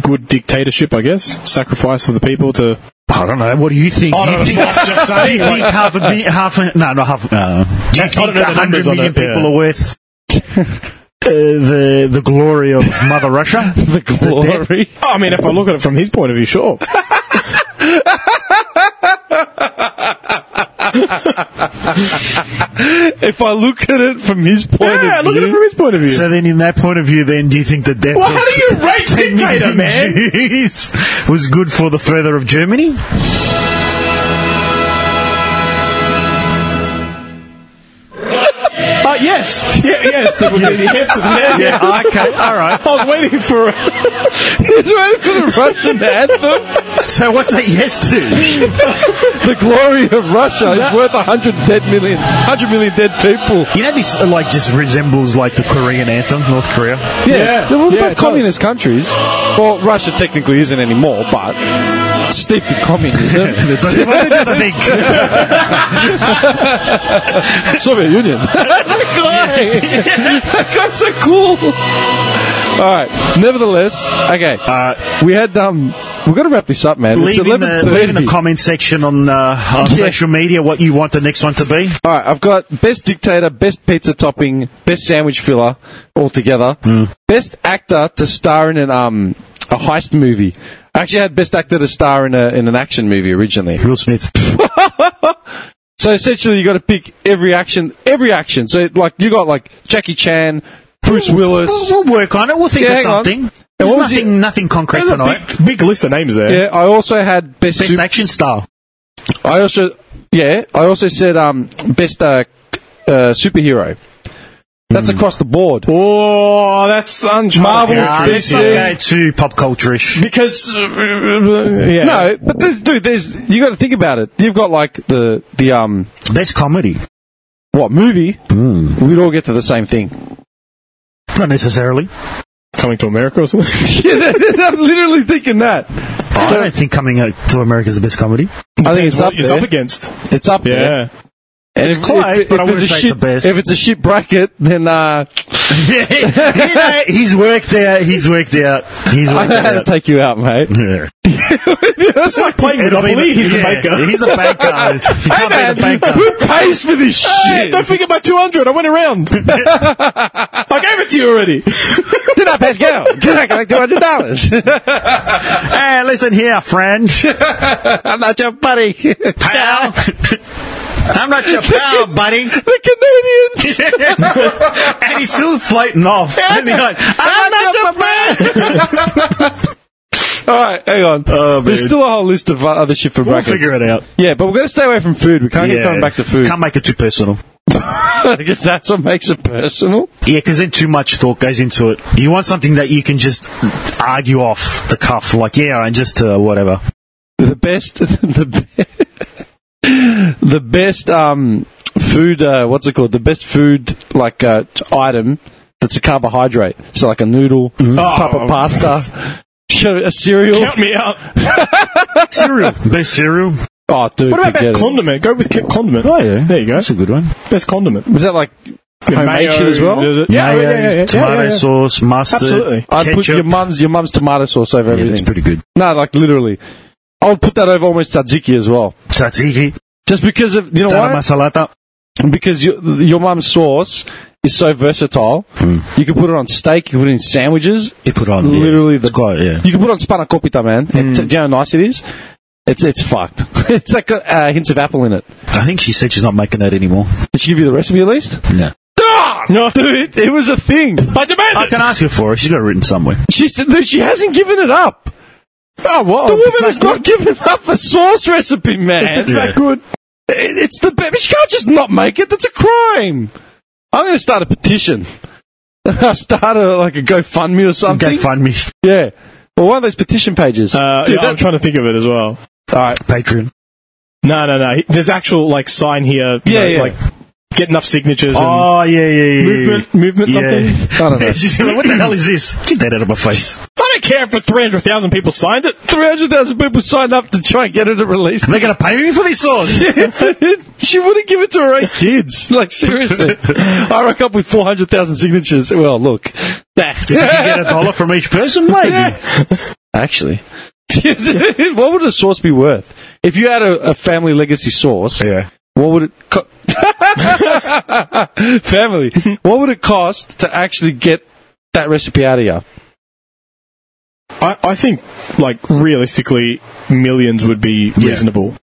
Good dictatorship, I guess. Sacrifice of the people to.
I don't know. What do you think?
I
do you
don't
think,
know, I'm just saying,
do you think
like-
half a bi- half a, no, not half. No. Do you
I don't
think
know the
hundred
numbers on
million
it,
people
yeah.
are worth uh, the the glory of Mother Russia?
the glory.
I mean, if I look at it from his point of view, sure.
if I look at it from his point
yeah,
of
look at it
view,
from his point of view.
So then, in that point of view, then do you think the death
Well,
of
how do you rate
10
dictator,
million
man?
Jews was good for the further of Germany?
Uh, yes, yeah, yes, that would be the answer there.
yeah. Okay. All right.
I was waiting for.
he's ready for the Russian anthem.
So what's that yes to?
The glory of Russia is worth a hundred dead million, hundred million dead people.
You know, this uh, like just resembles like the Korean anthem, North Korea.
Yeah.
they're all
Yeah,
about
it
communist countries. Well, Russia technically isn't anymore, but steeped in communism.
That's what what they do the big.
Soviet Union. that guy, that guy's so cool. All right. Nevertheless, okay.
Uh,
We had um, we're gonna wrap this up, man. It's
leave, in
eleven
the, leave in the
thirty.
comment section on, uh, on
Yeah.
social media what you want the next one to be.
All right, I've got best dictator, best pizza topping, best sandwich filler altogether,
Hmm.
best actor to star in an um a heist movie. I actually had best actor to star in a in an action movie originally.
Will Smith.
So essentially, you got to pick every action, every action. So like you got like Jackie Chan, Bruce
We'll,
Willis.
we'll work on it. We'll think
Yeah,
of
hang on.
something.
And
There's
what was
nothing, nothing concrete
There's a
tonight.
big, big list of names there.
Yeah, I also had best.
Best
sup-
action star.
I also yeah, I also said um best uh, uh superhero. That's
Hmm.
across the board.
Oh, that's uncharted.
Marvel,
territory.
Best,
Let's not
uh,
go too pop culture-ish.
because uh, yeah,
No, but there's dude, there's you got to think about it. You've got like the the um
Best comedy.
what movie,
Hmm.
we'd all get to the same thing.
Not necessarily.
Coming to America or something?
I'm literally thinking that.
I don't think coming out to America is the best comedy.
I think it's up
It's
there.
up against.
It's up
Yeah.
there. And
It's close, but I
it's
wouldn't
a
say it's
shit,
the best.
If it's a shit bracket, then uh,
Yeah, you know, he's worked out. He's worked out. He's
I
worked
know how to
out.
take you out, mate.
Yeah.
it's like playing
It'll be
Monopoly, he's the banker.
He's the banker. He
Hey
can't
man,
be the banker.
who pays for this
Hey,
shit?
don't forget my 200. I went around. I gave it to you already.
Did I pass go? Did I collect two hundred dollars?
Hey, listen here, friend.
I'm not your buddy. the
Pal. I'm not your pal, buddy.
Canadians.
and he's still floating off. And he's like, I'm, not, your friend.
All right, hang on.
Oh, man.
There's still a whole list of uh, other shit for
We'll
brackets.
figure it out.
yeah, but we're gonna stay away from food. We can't get coming back to food.
Can't make it too personal.
I guess that's what makes it personal.
Yeah, because then too much thought goes into it. You want something that you can just argue off the cuff, like, yeah, and just uh, whatever.
The best, the be- the best um food. Uh, what's it called? The best food like uh, item that's a carbohydrate. So like a noodle, type of pasta, a cereal.
Mm-hmm. Oh. Count me out.
Cereal. Best cereal.
Oh, dude,
What about
forget
best
it.
condiment? Go with ke- condiment.
Oh, yeah.
There you go.
That's a good one.
Best condiment.
Was that like homemade shit as well?
Yeah, yeah, yeah,
Mayo,
yeah, yeah, yeah,
tomato
yeah, yeah.
sauce, mustard,
Absolutely.
I'd put your
ketchup.
mum's your mum's tomato sauce over
yeah, that's
everything.
pretty good.
no, like literally, I would put that over almost tzatziki as well,
Tzatziki,
just because of you know
starter
why?
masalata.
Because your your mum's sauce is so versatile. You can put it on steak. You can put it in sandwiches. It's
Hmm. Put on, yeah.
literally the.
Got Hmm. it, yeah.
You can put it on spanakopita, man. And do you know how nice it is? It's it's fucked. it's like a, uh hints of apple in it.
I think she said she's not making that anymore.
Did she give you the recipe at least?
No.
No, dude, it was a thing.
I demand
I
it.
can ask her for it. She's got it written somewhere.
She said, dude, she hasn't given it up.
Oh, well.
The
if it's
woman is
that
not giving up a sauce recipe,
good- If
man.
it's
It-
that good.
It's the best. She can't just not make it. That's a crime. I'm going to start a petition. I'll start a, like a GoFundMe or something.
Go find me.
yeah. Or one of those petition pages.
Uh,
Dude,
yeah, I'm
that-
trying to think of it as
all
well.
right.
Patreon.
No, no, no. There's actual like sign here. you
Yeah,
know,
yeah.
Like get enough signatures and
Oh, yeah, yeah, yeah.
movement, movement,
Yeah.
something.
I don't know.
She's like, what the hell is this? Get that out of my face.
I don't care if 300,000 people signed it.
300,000 people signed up to try and get her to release.
They're going to pay me for this sauce.
she wouldn't give it to her own kids. Like, seriously. I rock up with 400,000 signatures. Well, look.
you get a dollar from each person, maybe.
Actually, what would a sauce be worth if you had a, a family legacy sauce?
Yeah.
What would it co- family? What would it cost to actually get that recipe out of you?
I, I think, like, realistically, millions would be
Yeah.
reasonable.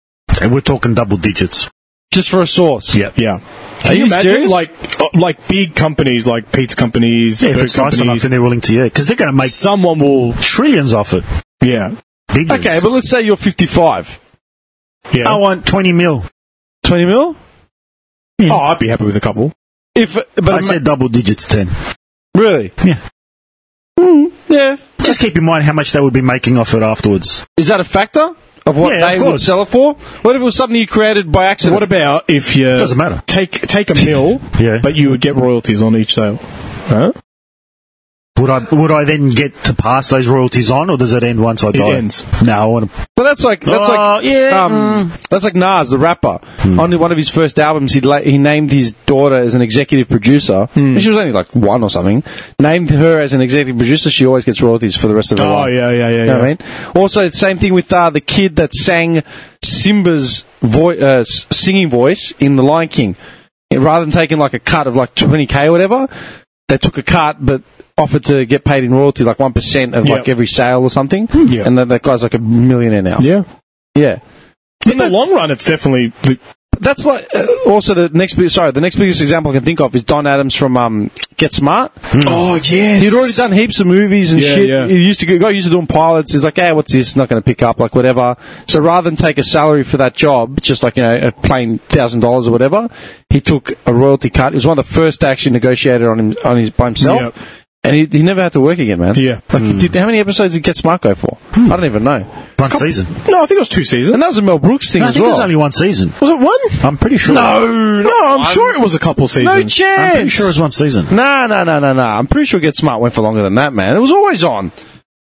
And we're talking double digits.
Just for a sauce?
Yeah.
Yeah. Can
Are you
imagine,
serious?
like, uh, like big companies, like pizza companies,
Yeah, if
burger
it's nice enough,
companies,
then they're willing to, yeah. Because they're going to make
someone will,
trillions off it.
yeah,
Billions.
Okay, but let's say you're 55.
yeah.
I want 20 mil.
20 mil?
Oh, I'd be happy with a couple.
If, but
I said double digits 10.
really?
Yeah.
Mm, yeah.
Just keep in mind how much they would be making off it afterwards.
Is that a factor of what
Yeah,
they
of
would
course.
sell it for? What if it was something you created by accident?
What about if you
Doesn't matter.
take take a mill,
Yeah.
but you would get royalties on each sale? Huh?
Would I would I then get to pass those royalties on, or does it end once I die?
ends.
No, I want to.
But that's like that's
Oh,
like
yeah,
um, that's like Nas, the rapper. On one of his first albums, he la- he named his daughter as an executive producer. And She was only like one or something. Named her as an executive producer. She always gets royalties for the rest of her
Oh,
life.
yeah, yeah, yeah,
You know
yeah.
what I mean? Also, same thing with uh, the kid that sang Simba's voi- uh, s- singing voice in The Lion King. And rather than taking like a cut of like 20k or whatever, they took a cut but offered to get paid in royalty, like 1% of like
Yeah. Hmm.
every sale or something.
Yeah.
And that, that guy's like a millionaire now.
Yeah.
Yeah.
In the long run, it's definitely the,
That's like uh, also the next big, sorry the next biggest example I can think of is Don Adams from um, Get Smart.
oh yes.
He'd already done heaps of movies and
Yeah,
shit.
yeah.
He used to go- got used to doing pilots. He's like, hey, what's this? It's not going to pick up, like whatever. So rather than take a salary for that job, just like you know a plain thousand dollars or whatever, he took a royalty cut. He was one of the first to actually negotiate it on him on his by himself.
Yep.
and he, he never had to work again, man.
Yeah.
Like,
Hmm.
dude, how many episodes did Get Smart go for? I don't even know.
One season.
No, I think it was two seasons.
And that was a Mel Brooks thing
No, I
as
think
well.
there's only one season.
Was it one?
I'm pretty sure.
no,
No, I'm
one.
sure it was a couple seasons.
No chance.
I'm pretty sure it's one season.
Nah, nah, nah, nah, nah. I'm pretty sure Get Smart went for longer than that, man. It was always on.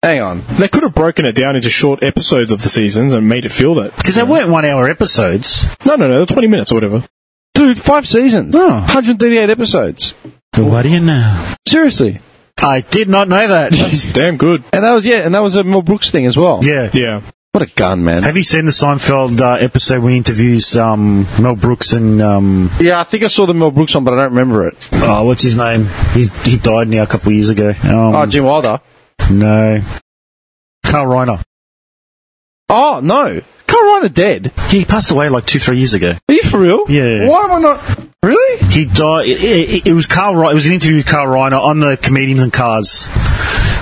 Hang on.
They could have broken it down into short episodes of the seasons and made it feel that.
Because they weren't one hour episodes.
No, no, no, they're 20 minutes or whatever.
Dude, five seasons.
Oh.
138 episodes.
What do you know?
Seriously.
I did not know that.
That's damn good.
And that was, yeah, and that was a Mel Brooks thing as well.
yeah.
Yeah.
What a gun, man.
Have you seen the Seinfeld uh, episode where he interviews um, Mel Brooks and um,
Yeah, I think I saw the Mel Brooks one, but I don't remember it.
Hmm.
oh, what's his name? He's, he died now a couple of years ago. Um,
Oh, Jim Wilder.
no, Carl Reiner.
Oh, no. Carolina dead.
He passed away like two, three years ago.
Are you for real?
Yeah.
Why am I not. Really?
He died. It, it, it was Carl. Re- It was an interview with Carl Reiner on the comedians and cars.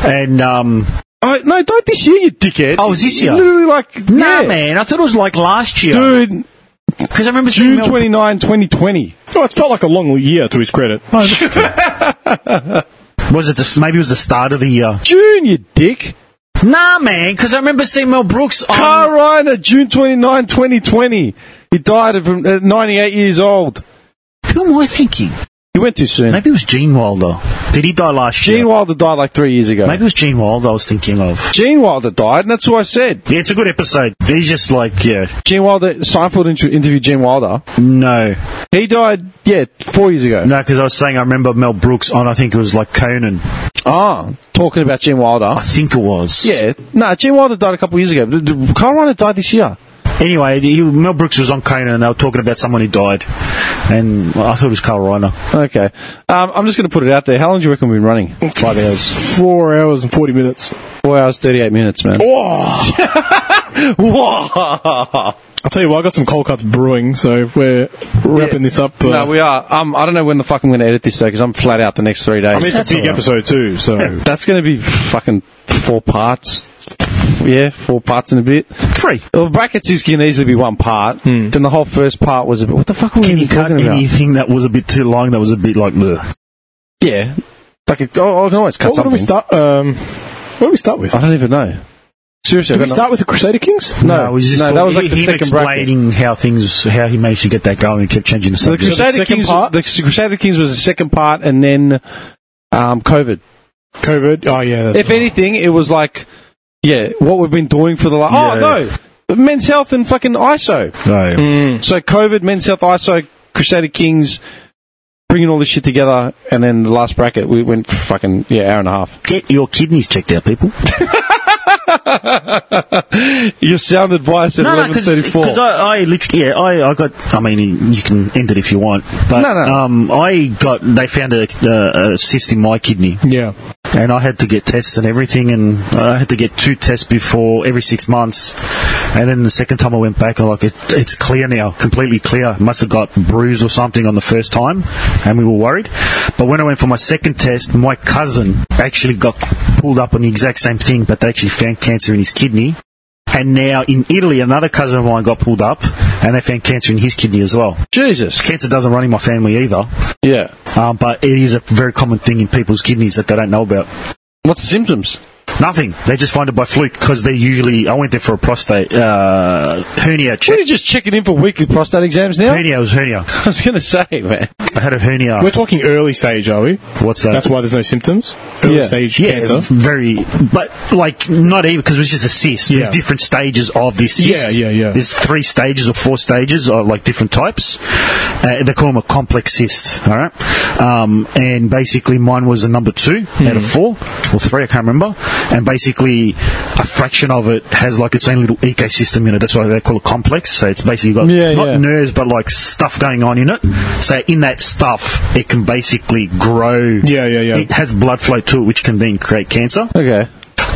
And um,
Oh, no, died this year, you dickhead.
Oh, it was this year?
Literally, like.
nah,
yeah.
man, I thought it was like last year
Dude,
because I remember seeing
June
Mel-
29, 2020.
Oh, it felt like a long year to his credit.
was it the, maybe it was the start of the year.
June, you dick.
Nah, man, because I remember seeing Mel Brooks
Um,
on.
Carl Reiner, June 29, 2020. He died of, at 98 years old.
Who am I thinking?
He went too soon.
Maybe it was Gene Wilder. Did he die last
Gene
year?
Wilder died like three years ago.
Maybe it was Gene Wilder I was thinking of.
Gene Wilder died, and that's what I said.
Yeah, it's a good episode. They're just like, yeah,
Gene Wilder, Seinfeld inter- interviewed Gene Wilder.
no,
He died, yeah, four years ago.
no, because I was saying I remember Mel Brooks on. I think it was like Conan.
Ah, talking about Gene
I
Wilder.
think it was.
Yeah, no, Gene Wilder died a couple of years ago. D- d- Carl Reiner died this year.
Anyway, he, Mel Brooks was on Conan and they were talking about someone who died, and I thought it was Carl Reiner.
Okay, um, I'm just going to put it out there. How long do you reckon we've been running? Five hours,
Four hours and 40 minutes.
four hours, thirty-eight minutes, man. Whoa!
I'll tell you what, I got some cold cuts brewing, so if we're wrapping this up. Uh,
no, we are. Um, I don't know when the fuck I'm going to edit this though, because I'm flat out the next three days.
I mean, it's
That's
a big
all right.
episode too, so.
That's going to be fucking four parts. Yeah, four parts in a bit.
Three.
Well, brackets is can easily be one part.
Hmm.
Then the whole first part was a bit. What the fuck were we
Can
even
you cut
talking about?
anything that was a bit too long? That was a bit like, bleh.
Yeah, like it, oh, I can always cut
What, what
something.
do we start? Um, what do we start with?
I don't even know. Seriously,
Did
I
we
got
start with the Crusader Kings?
No,
it was just
Oh, no, that was like the
him
second
explaining how things, how he managed to get that going and kept changing the
no- so the
subject.
Crusader
Crusader
second
Kings.
part?
The Crusader Kings was the second part, and then um, COVID.
COVID? Oh, yeah. that's-
If anything, it was like, yeah, what we've been doing for the last.
Yeah.
Oh no, men's health and fucking ISO.
No.
Hmm.
So COVID, men's health, ISO, Crusader Kings, bringing all this shit together, and then the last bracket we went for fucking yeah hour and a half.
Get your kidneys checked out, people.
Your sound advice at eleven thirty four.
because I, I literally, yeah, I, I got. I mean, you can end it if you want, but
No, no.
um, I got. They found a, a, a cyst in my kidney,
Yeah.
and I had to get tests and everything, and I had to get two tests before every six months, and then the second time I went back, I'm like, it, it's clear now, completely clear. Must have got bruised or something on the first time, and we were worried. But when I went for my second test, my cousin actually got pulled up on the exact same thing, but they actually found cancer in his kidney. And now in Italy, another cousin of mine got pulled up, and they found cancer in his kidney as well.
Jesus.
Cancer doesn't run in my family either,
Yeah.
um, but it is a very common thing in people's kidneys that they don't know about.
What's the symptoms?
Nothing. They just find it by fluke because they usually. I went there for a prostate uh, hernia
What
check.
are you just checking in for weekly prostate exams now?
Hernia was hernia.
I was going to say, man.
I had a hernia.
We're talking early stage, are we?
What's that?
That's why there's no symptoms. Early
Yeah.
stage
yeah,
cancer.
very. But like, not even because it was just a cyst.
Yeah.
There's different stages of this cyst.
Yeah, yeah, yeah.
There's three stages or four stages of like different types. Uh, they call them a complex cyst. All right. Um, and basically, mine was a number two out
Hmm.
of four or three. I can't remember. And basically, a fraction of it has like its own little ecosystem in it. That's why they call it complex. So it's basically got
Yeah,
not
yeah.
nerves, but like stuff going on in it. So in that stuff, it can basically grow.
Yeah, yeah, yeah.
It has blood flow to it, which can then create cancer.
Okay.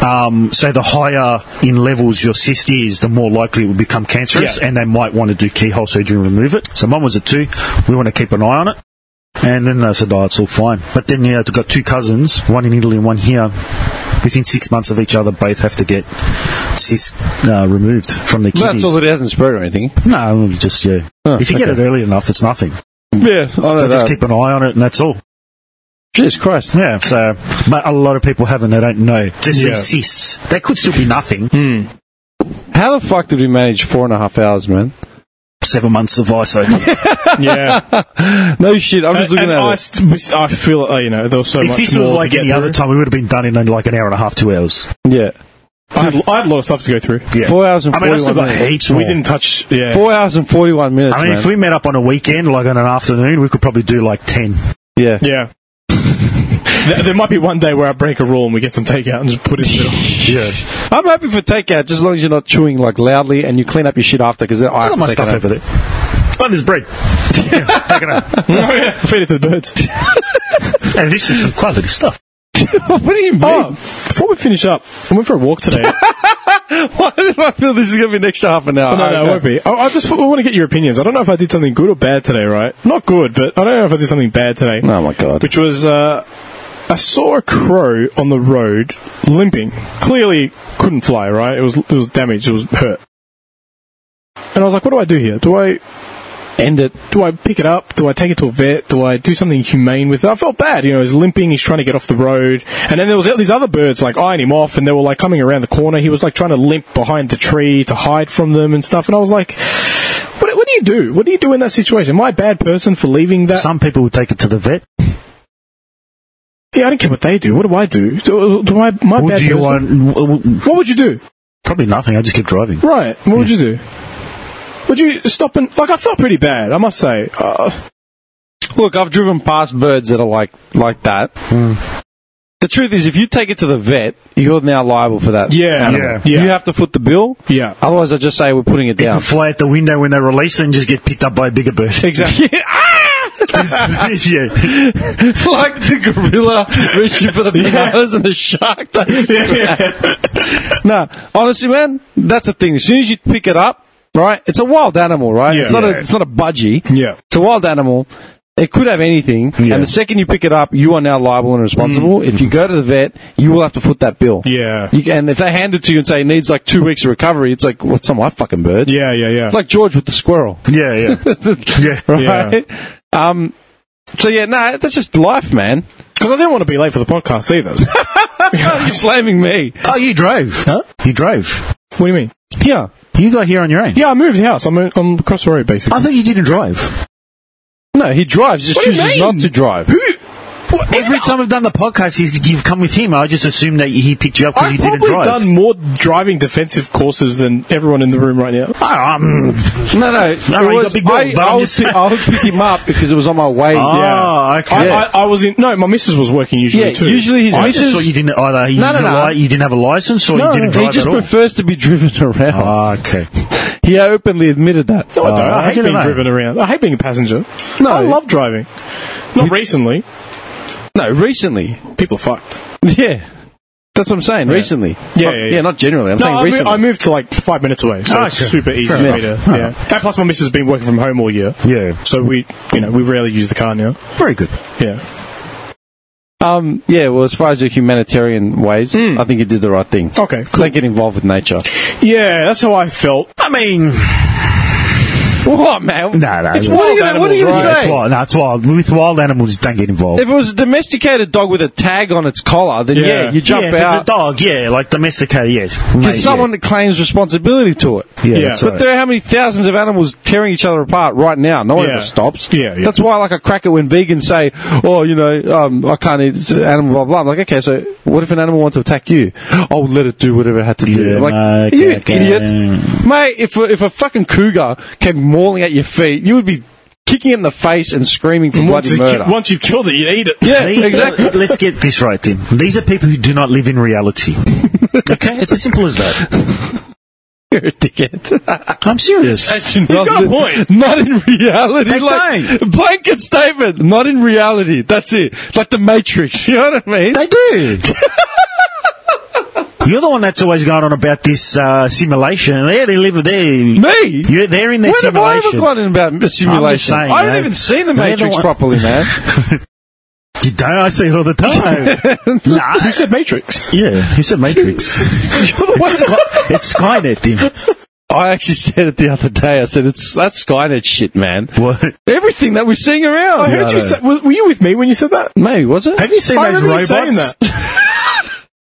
Um, so the higher in levels your cyst is, the more likely it will become cancerous,
Yeah.
and they might want to do keyhole surgery and remove it. So mine was a two. We want to keep an eye on it. And then they said, oh, it's all fine. But then, you know, they've got two cousins, one in Italy and one here. Within six months of each other, both have to get cysts uh, removed from their
That's
kidneys.
all that it hasn't spread or anything.
no, it was just, yeah.
Oh,
if you get it early enough, it's nothing.
Yeah, I
So
don't
just
know.
keep an eye on it, and that's all.
Jesus Christ.
Yeah, so but a lot of people haven't. They don't know. Just
Yeah.
insists. That could still be nothing.
How the fuck did we manage four and a half hours, man?
Seven months of ISO.
Yeah.
No shit, I'm just
and,
looking
and
at
I,
it.
st- I feel uh, you know there was so
if
much
this
more
was
to
like
get
any other
through.
time, we would have been done in like an hour and a half, two hours.
Yeah.
I had, I had a lot of stuff to go through.
Yeah.
Four hours and
I mean,
41
I still got
minutes.
heaps.
We
more.
didn't touch. Yeah.
Four hours and 41 minutes,
I mean,
man.
if we met up on a weekend, like on an afternoon, we could probably do like ten.
yeah.
Yeah. there, there might be one day where I break a rule and we get some takeout and just put it in the middle.
Yeah,
I'm happy for takeout, just as long as you're not chewing, like, loudly and you clean up your shit after, because I
I
have
got
to
my
take it
stuff
home.
over there. Oh, there's bread. Yeah, take it out.
oh, yeah. Feed it to the birds.
And this is some quality stuff.
what do you mean?
oh, before we finish up, I went for a walk today.
Why did I feel this is going to be an extra half an hour?
Oh, no,
I
no,
don't
it
know.
won't be. I, I just want to get your opinions. I don't know if I did something good or bad today, right? Not good, but I don't know if I did something bad today.
Oh, my God.
Which was, uh, I saw a crow on the road limping. Clearly couldn't fly, right? It was, it was damaged, it was hurt. And I was like, what do I do here? Do I
End it.
do I pick it up? Do I take it to a vet? Do I do something humane with it? I felt bad, you know, he's limping, he's trying to get off the road. And then there was these other birds like eyeing him off and they were like coming around the corner. He was like trying to limp behind the tree to hide from them and stuff. And I was like, what, what do you do? What do you do in that situation? Am I a bad person for leaving that?
Some people would take it to the vet.
yeah, I don't care what they do. What do I do? Do, do I, my
Would
bad
you
person?
want? w- w-
what would you do?
Probably nothing. I just keep driving.
Right. What would you do? Would you stop and, like, I felt pretty bad, I must say. Uh,
Look, I've driven past birds that are like like that.
Hmm.
The truth is, if you take it to the vet, you're now liable for that.
yeah.
Animal.
Yeah.
You have to foot the bill.
yeah.
Otherwise, I just say we're putting it
It
down.
could fly at the window when they release it and just get picked up by a bigger bird.
Exactly.
yeah.
like the gorilla reaching for the bananas and the shark. takes it. no, honestly, man, that's the thing. As soon as you pick it up, right? It's a wild animal, right?
Yeah.
it's not
Yeah.
a it's not a budgie.
Yeah.
It's a wild animal. It could have anything, and the second you pick it up, you are now liable and
Mm.
responsible. If you go to the vet, you will have to foot that bill.
Yeah.
You, and if they hand it to you and say it needs like two weeks of recovery, it's like, what's on my fucking bird?
Yeah, yeah, yeah.
It's like George with the squirrel,
Yeah. Yeah. Yeah.
right? Um, so yeah, no, that's just life, man.
Because I didn't want to be late for the podcast either. what
You're blaming me.
Oh, you drove.
Huh?
You drove.
do you mean?
Yeah.
You got here on your own.
Yeah, I moved house. I'm, I'm across the road, basically.
I thought you didn't drive.
No, he drives, just
What do you
chooses
mean?
not to drive.
Every time I've done the podcast, he's, you've come with him. I just assumed that he picked you up because
I've
you didn't
probably
drive.
done more driving defensive courses than everyone in the room right now.
Ah, um,
No, no.
No, no,
it
you
was,
got big balls,
I,
but
I,
I'm
would
just-
pick, I would pick him up because it was on my way.
Ah,
Yeah.
okay.
I, I, I was in. No, my missus was working usually
Yeah,
too.
usually his
I
Oh, I
missus-
just-
just thought you didn't either. You,
No, no,
didn't,
no.
li- you didn't have a license or
No,
you didn't
he
drive
just
at all.
prefers to be driven around.
Ah, okay.
He openly admitted that.
No, I don't.
Oh,
I
I
hate
didn't
being
know.
driven around. I hate being a passenger.
No.
I love driving. Not recently.
No, recently.
People are fucked.
Yeah. That's what I'm saying, recently.
Yeah,
Not-
yeah, yeah.
yeah. not generally. I'm
No,
saying
I, moved,
recently.
I moved to like five minutes away, so
Oh,
it's
okay.
super easy for me to.
enough.
Yeah. And plus, my missus has been working from home all year,
Yeah.
so we, you know, we rarely use the car now.
Very good.
Yeah.
Um, yeah, well, as far as your humanitarian ways,
Hmm.
I think you did the right thing.
Okay.
Like get involved with nature.
Yeah, that's how I felt.
I mean,
What, man?
no, no.
It's
no.
what are you gonna- what are you
animals,
going to
Yeah, it's
say?
wild. No, it's wild. With wild animals, don't get involved.
If it was a domesticated dog with a tag on its collar, then
Yeah.
yeah, you jump
yeah, if it's a
out
dog, yeah, like domesticated, yes. Mate,
because someone claims responsibility to it.
yeah,
Yeah.
yeah, that's
But
But
right.
there are how many thousands of animals tearing each other apart right now? No one
Yeah.
ever stops.
Yeah, yeah.
That's why, like, I crack it when vegans say, "Oh, you know, um, I can't eat this animal." Blah blah. I'm like, okay, so what if an animal wants to attack you? Oh, let it do whatever it had to do.
Yeah,
I'm like,
no, okay,
you
okay.
idiot, mate. If a, if a fucking cougar came mauling at your feet, you would be kicking it in the face and screaming for bloody
Once, you ki-
murder.
once you've killed it, you eat it.
yeah,
These-
exactly.
Let's get this right, Tim. These are people who do not live in reality. okay, it's as simple as that.
You're a dickhead.
I'm serious.
He's
got a point.
Not in reality.
They
like, blanket statement. Not in reality. That's it. Like the Matrix. You know what I mean?
They do. You're the one that's always going on about this uh, simulation. Yeah, they live there.
Me?
You're, they're in their
when have I ever
simulation.
gone in about a simulation?
saying,
I haven't
man.
even seen the
They're the
Matrix
one-
properly, man.
You don't. I see it all the time. nah.
You said Matrix.
Yeah, you said Matrix. it's, Sky- it's Skynet, Tim.
I actually said it the other day. I said it's that's Skynet shit, man.
What?
Everything that we're seeing around.
I heard you say, were, were you with me when you said that?
Maybe was it?
Have you seen
I
those
remember you
robots?
saying that.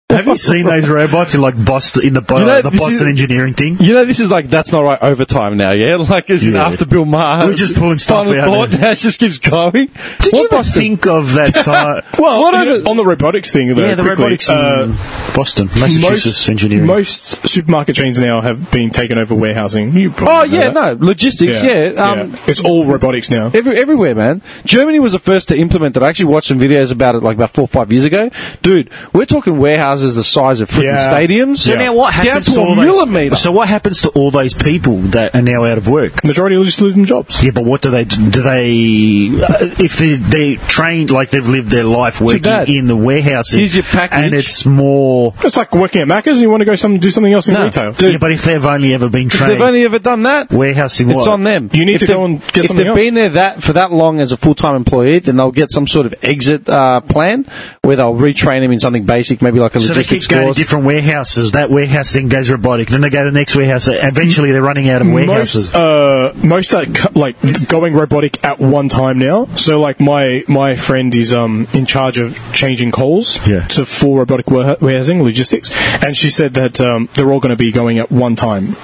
Have you seen those robots in like Boston in the Bo-
You know,
the
this
Boston
is-
engineering thing?
You know, this is like that's not right overtime now, yeah. Like as in
Yeah.
after Bill Maher,
We're just pulling stuff
final
out
thought
there.
now it just keeps going.
Did
What
you ever
Boston?
think of that? uh, Time?
Well,
What
you know,
over-
on the robotics thing, though,
yeah, the
quickly,
robotics
uh,
in Boston, Massachusetts
most,
engineering.
Most supermarket chains now have been taken over warehousing. You
Oh
probably know
yeah,
that.
no logistics. Yeah, um,
yeah. it's all robotics now.
Every, everywhere, man. Germany was the first to implement that. I actually watched some videos about it, like about four or five years ago. Dude, we're talking warehouses the size of freaking
Yeah.
stadiums.
so now what
Down
happens
to
to
a
all
millimeter.
those? So what happens to all those people that are now out of work?
Majority will just lose them jobs.
Yeah, but what do they do? They uh, if they they trained like they've lived their life working
bad.
in the warehouses,
Here's your package.
and it's more.
It's like working at Macca's and you want to go some do something else in
No,
retail.
dude,
yeah, but if they've only ever been
if
trained
they've only ever done that.
warehousing,
It's
what?
on them.
You need
If
to go
they've-
and get
If
something
they've
else.
been there that for that long as a full time employee, then they'll get some sort of exit uh, plan where they'll retrain him in something basic, maybe like a
So they keep
logistics
going to
course.
different warehouses. That warehouse then goes robotic. Then they go to the next warehouse. Eventually, they're running out of warehouses.
Most, uh, most are cu- like going robotic at one time now. So like my my friend is um in charge of changing calls
Yeah.
to full robotic ware- warehousing logistics, and she said that um, they're all going to be going at one time.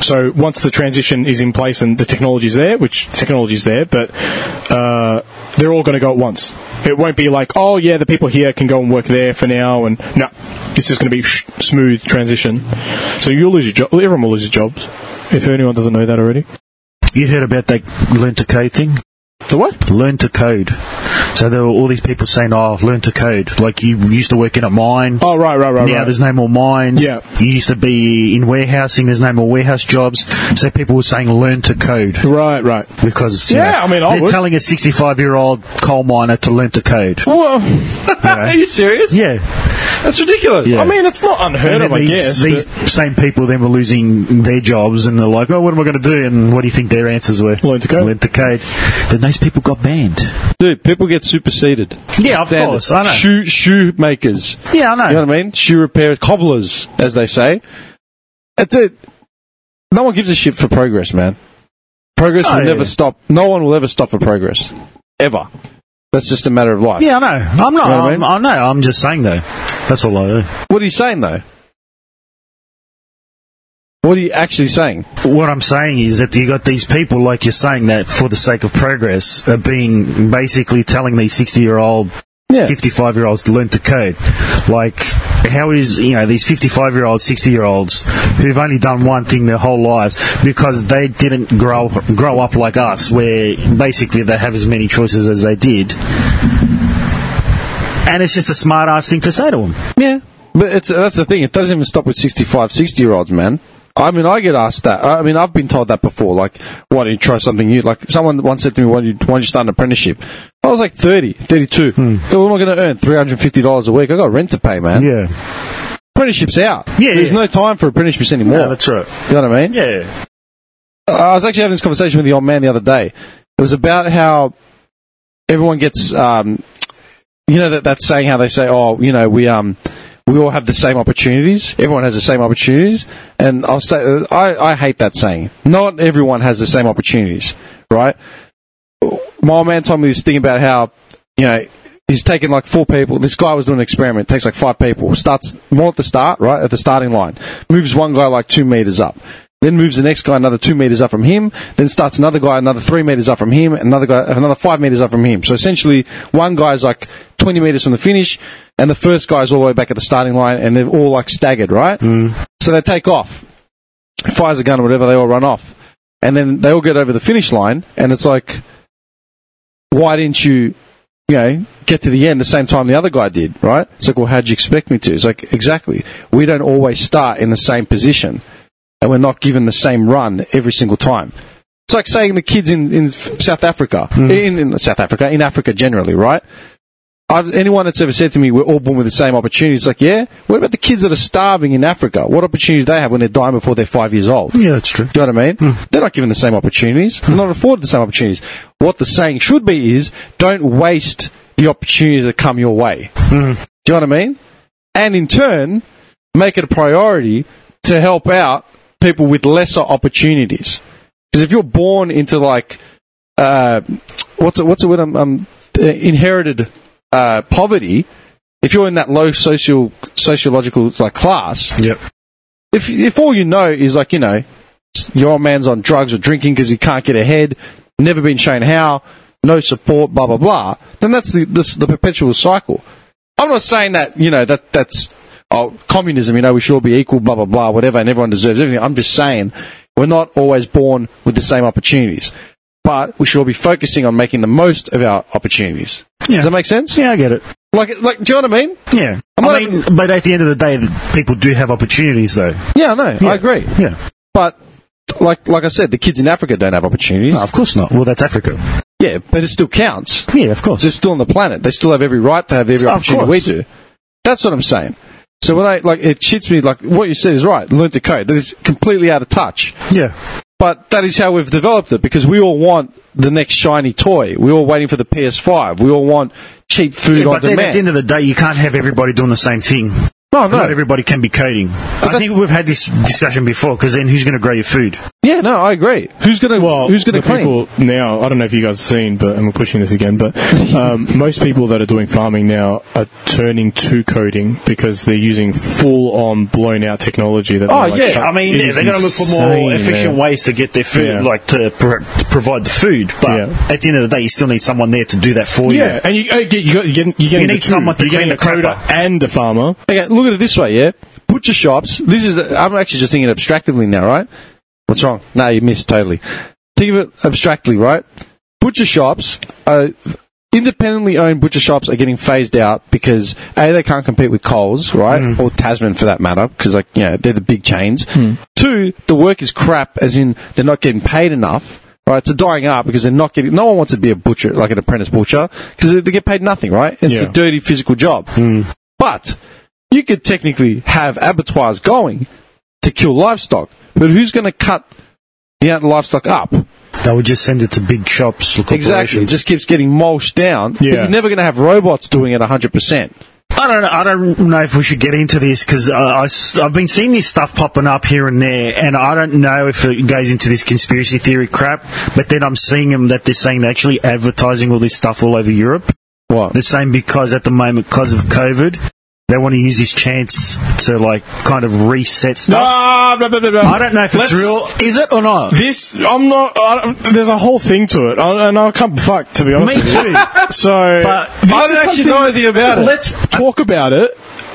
So once the transition is in place and the technology's there, which technology's there, but uh, they're all going to go at once. It won't be like, oh yeah, the people here can go and work there for now, and no, it's just going to be sh- smooth transition. So you'll lose your job. Everyone will lose their jobs. If anyone doesn't know that already.
you heard about that learn to code thing?
The what?
learn to code. So there were all these people saying, "Oh, learn to code." Like you used to work in a mine.
Oh, right, right, right,
now
right.
there's no more mines.
Yeah.
You used to be in warehousing. There's no more warehouse jobs. So people were saying, "Learn to code."
right, right.
Because you
Yeah,
know,
I mean, I
they're
would.
telling a 65 year old coal miner to learn to code.
Whoa.
Yeah.
Are you serious?
Yeah,
That's ridiculous.
Yeah.
I mean, it's not unheard
and
of,
then
I
these,
guess.
these same people then were losing their jobs, and they're like, "Oh, what am I going to do?" And what do you think their answers were?
Learn to code.
Learn to code. Then those people got banned.
Dude, people get superseded.
Yeah, of
Standard.
course, I know.
Shoe shoe makers.
yeah, I know.
You know what I mean? Shoe repairers, cobblers, as they say. That's it. No one gives a shit for progress, man. Progress
Oh,
will never
yeah.
stop. No one will ever stop for progress, ever. That's just a matter of life.
Yeah, I know. I'm
You
not.
know what I
I'm, I know. I'm just saying though. That's all I.
What are you saying though? What are you actually saying?
What I'm saying is that you got these people, like you're saying, that for the sake of progress are being basically telling these 60 year old,
Yeah.
55 year olds to learn to code. Like, how is you know these 55 year olds, 60 year olds who've only done one thing their whole lives because they didn't grow grow up like us, where basically they have as many choices as they did. And it's just a smart ass thing to say to them.
Yeah, but it's, that's the thing. It doesn't even stop with 65, 60 year olds, man. I mean, I get asked that. I mean, I've been told that before. Like, why don't you try something new? Like, someone once said to me, why don't you, why don't you start an apprenticeship? I was like 30, 32. Well, What am I going to earn? $350 a week? i got rent to pay, man.
Hmm. Yeah.
Apprenticeship's out.
Yeah,
There's
yeah.
no time for apprenticeships anymore.
Yeah, that's right.
you know what I mean?
Yeah.
I was actually having this conversation with the old man the other day. It was about how everyone gets, um, you know, that that saying how they say, "Oh, you know, we um, we all have the same opportunities. Everyone has the same opportunities." And I'll say, I I hate that saying. Not everyone has the same opportunities, right? My old man told me this thing about how, you know. He's taken like four people. This guy was doing an experiment. Takes like five people. Starts more at the start, right? At the starting line. Moves one guy like two meters up. Then moves the next guy another two meters up from him. Then starts another guy another three meters up from him. Another guy another five meters up from him. So essentially, one guy is like twenty meters from the finish, and the first guy is all the way back at the starting line, and they're all like staggered, right? Mm. So they take off, fires a gun or whatever. They all run off, and then they all get over the finish line, and it's like, why didn't you? You know, get to the end the same time the other guy did, right? It's like, well, how'd you expect me to? It's like, exactly. We don't always start in the same position and we're not given the same run every single time. It's like saying the kids in, in South Africa, in, in South Africa, in Africa generally, right? I've, anyone that's ever said to me, we're all born with the same opportunities, like, yeah, what about the kids that are starving in Africa? What opportunities do they have when they're dying before they're five years old?
Yeah, that's true.
Do you know what I mean? They're not given the same opportunities. They're not afforded the same opportunities. What the saying should be is don't waste the opportunities that come your way. Do you know what I mean? And in turn, make it a priority to help out people with lesser opportunities. Because if you're born into like, uh, what's the, what's the word? Um, um, uh, inherited uh, poverty. If you're in that low social sociological like class,
Yep.
if if all you know is like you know your old man's on drugs or drinking because he can't get ahead, never been shown how, no support, blah blah blah, then that's the this, the perpetual cycle. I'm not saying that you know that that's oh, communism. You know we should all be equal, blah blah blah, whatever, and everyone deserves everything. I'm just saying we're not always born with the same opportunities, but we should all be focusing on making the most of our opportunities.
Yeah.
Does that make sense?
Yeah, I get it.
Like like do you know what I mean?
Yeah.
I'm
I
not
mean, but at the end of the day, the people do have opportunities, though.
Yeah, no, I agree.
Yeah.
But like like I said, the kids in Africa don't have opportunities.
No, of course not. Well, that's Africa.
Yeah, but it still counts.
Yeah, of course.
They're still on the planet. They still have every right to have every
Of
opportunity we
course.
do. That's what I'm saying. So when I like, it shits me. Like what you said is right. Learn to code. That is completely out of touch.
yeah.
But that is how we've developed it because we all want the next shiny toy. We're all waiting for the PS5. We all want cheap food
Yeah,
on
but then at
demand.
the end of the day, you can't have everybody doing the same thing.
no, no,
Not everybody can be coding. I
that's-
think we've had this discussion before. Because then, who's going to grow your food?
yeah, no, I agree. Who's gonna
Well,
Who's gonna
the
claim?
people now? I don't know if you guys have seen, but I'm pushing this again. But um, most people that are doing farming now are turning to coding because they're using full-on, blown-out technology. That
Oh,
they're like,
yeah,
"Fuck,
I mean,
it
yeah,
is
they're going to look for more
insane,
efficient
man."
ways to get their food,
Yeah.
like to, pro- to provide the food. But
Yeah.
at the end of the day, you still need someone there to do that for you.
Yeah, and you, uh, you, you, got- you're getting, you're getting
You
the
need
two.
someone to
you're getting
clean the
the
crap
coder
up.
and the farmer.
Okay, look at it this way, yeah? Butcher shops, this is, I'm actually just thinking abstractively now, right? What's wrong? No, you missed totally. Think of it abstractly, right? Butcher shops, uh, independently owned butcher shops are getting phased out because, A, they can't compete with Coles, right? Or Tasman for that matter, because, like, you know, they're the big chains. Two, the work is crap, as in they're not getting paid enough. Right, it's a dying art because they're not getting. No one wants to be a butcher, like an apprentice butcher, because they, they get paid nothing, right? It's a
Yeah.
dirty physical job. But you could technically have abattoirs going to kill livestock, but who's going to cut the amount of livestock up?
They would just send it to big shops,
Exactly. It
corporations.
just keeps getting mulched down. but
Yeah.
you're never going to have robots doing it 100%.
I don't know. I don't know if we should get into this because uh, I've been seeing this stuff popping up here and there, and I don't know if it goes into this conspiracy theory crap. But then I'm seeing them that they're saying they're actually advertising all this stuff all over Europe.
What?
The same because at the moment, because of COVID, they want to use this chance to like kind of reset stuff.
Ah, blah, blah, blah, blah.
I don't know if it's
Let's-
real. Is it or not?
This, I'm not. I, don't- there's a whole thing to it, I, and I can't fuck to be honest.
Me
with you.
too.
So,
But
this
I don't
is
actually
something-
know anything about it.
Let's talk about it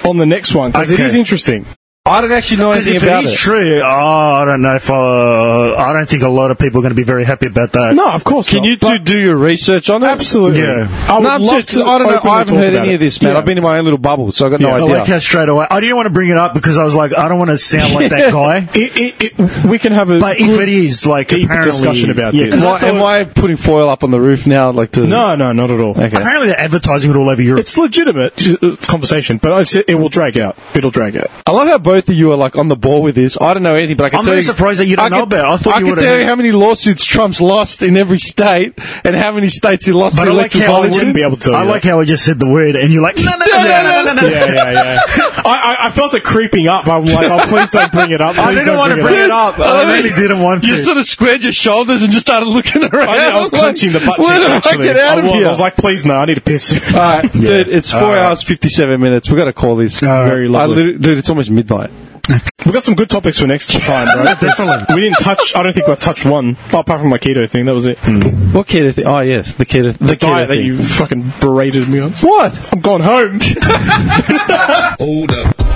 on the next one because
Okay.
it is interesting.
I don't actually know
Because
anything
if it
about
is
it.
true, oh, I don't know if uh, I don't think a lot of people are going to be very happy about that.
No, of course.
Can
not,
you two
but-
do your research on it?
Absolutely.
Yeah.
I would
No, I'm
love
just-
to
I don't
openly
know. I haven't
talk
heard
about
any
it.
of this, man.
Yeah.
I've been in my own little bubble, so I've got no
Yeah, I
I
idea.
like how straight away. I didn't want to bring it up because I was like, I don't want to sound like that guy.
It, it, it, we can have a
But if
good-
it is, like,
deep
apparently-
discussion about
yeah,
this.
Am I- am I putting foil up on the roof now? Like to
No, no, not at all.
Okay.
Apparently, they're advertising it all over Europe.
It's legitimate uh, conversation, but I said it will drag out. It'll drag out.
I love how both of you are like on the ball with this. I don't know anything, but I can
I'm
tell
really
you.
surprised that you don't
I
know
can-
about it. I thought
I
you
can
would've-
tell you how many lawsuits Trump's lost in every state, and how many states he lost
but
the
I like
electoral
how I
college in.
wouldn't be able to tell
I
you
like how I just said the word, and you're like, no, no, no, no, no, no, no.
Yeah, yeah, yeah. I, I, I felt it creeping up. I'm like, oh, please don't bring it up.
I
Please
didn't
don't
want to bring it up.
up.
I
I
mean,
really didn't want
You
to.
sort of squared your shoulders and just started looking around.
I, think I was
like,
clenching the butt cheeks,
"Where do I
actually.
get out of
was,
here?"
I was like, please, no, I need to piss.
All right, dude, it's four
All right.
hours fifty-seven minutes. We got to call this.
right. Very lovely.
I literally- dude, it's almost midnight.
We've got some good topics for next time, bro.
Definitely.
we didn't touch, I don't think we touched one, apart from my keto thing, that was it.
What keto thing? Oh yes, the keto. Hmm. The,
The
keto
diet that
thing.
you fucking berated me on.
What?
I'm going home.
Hold up.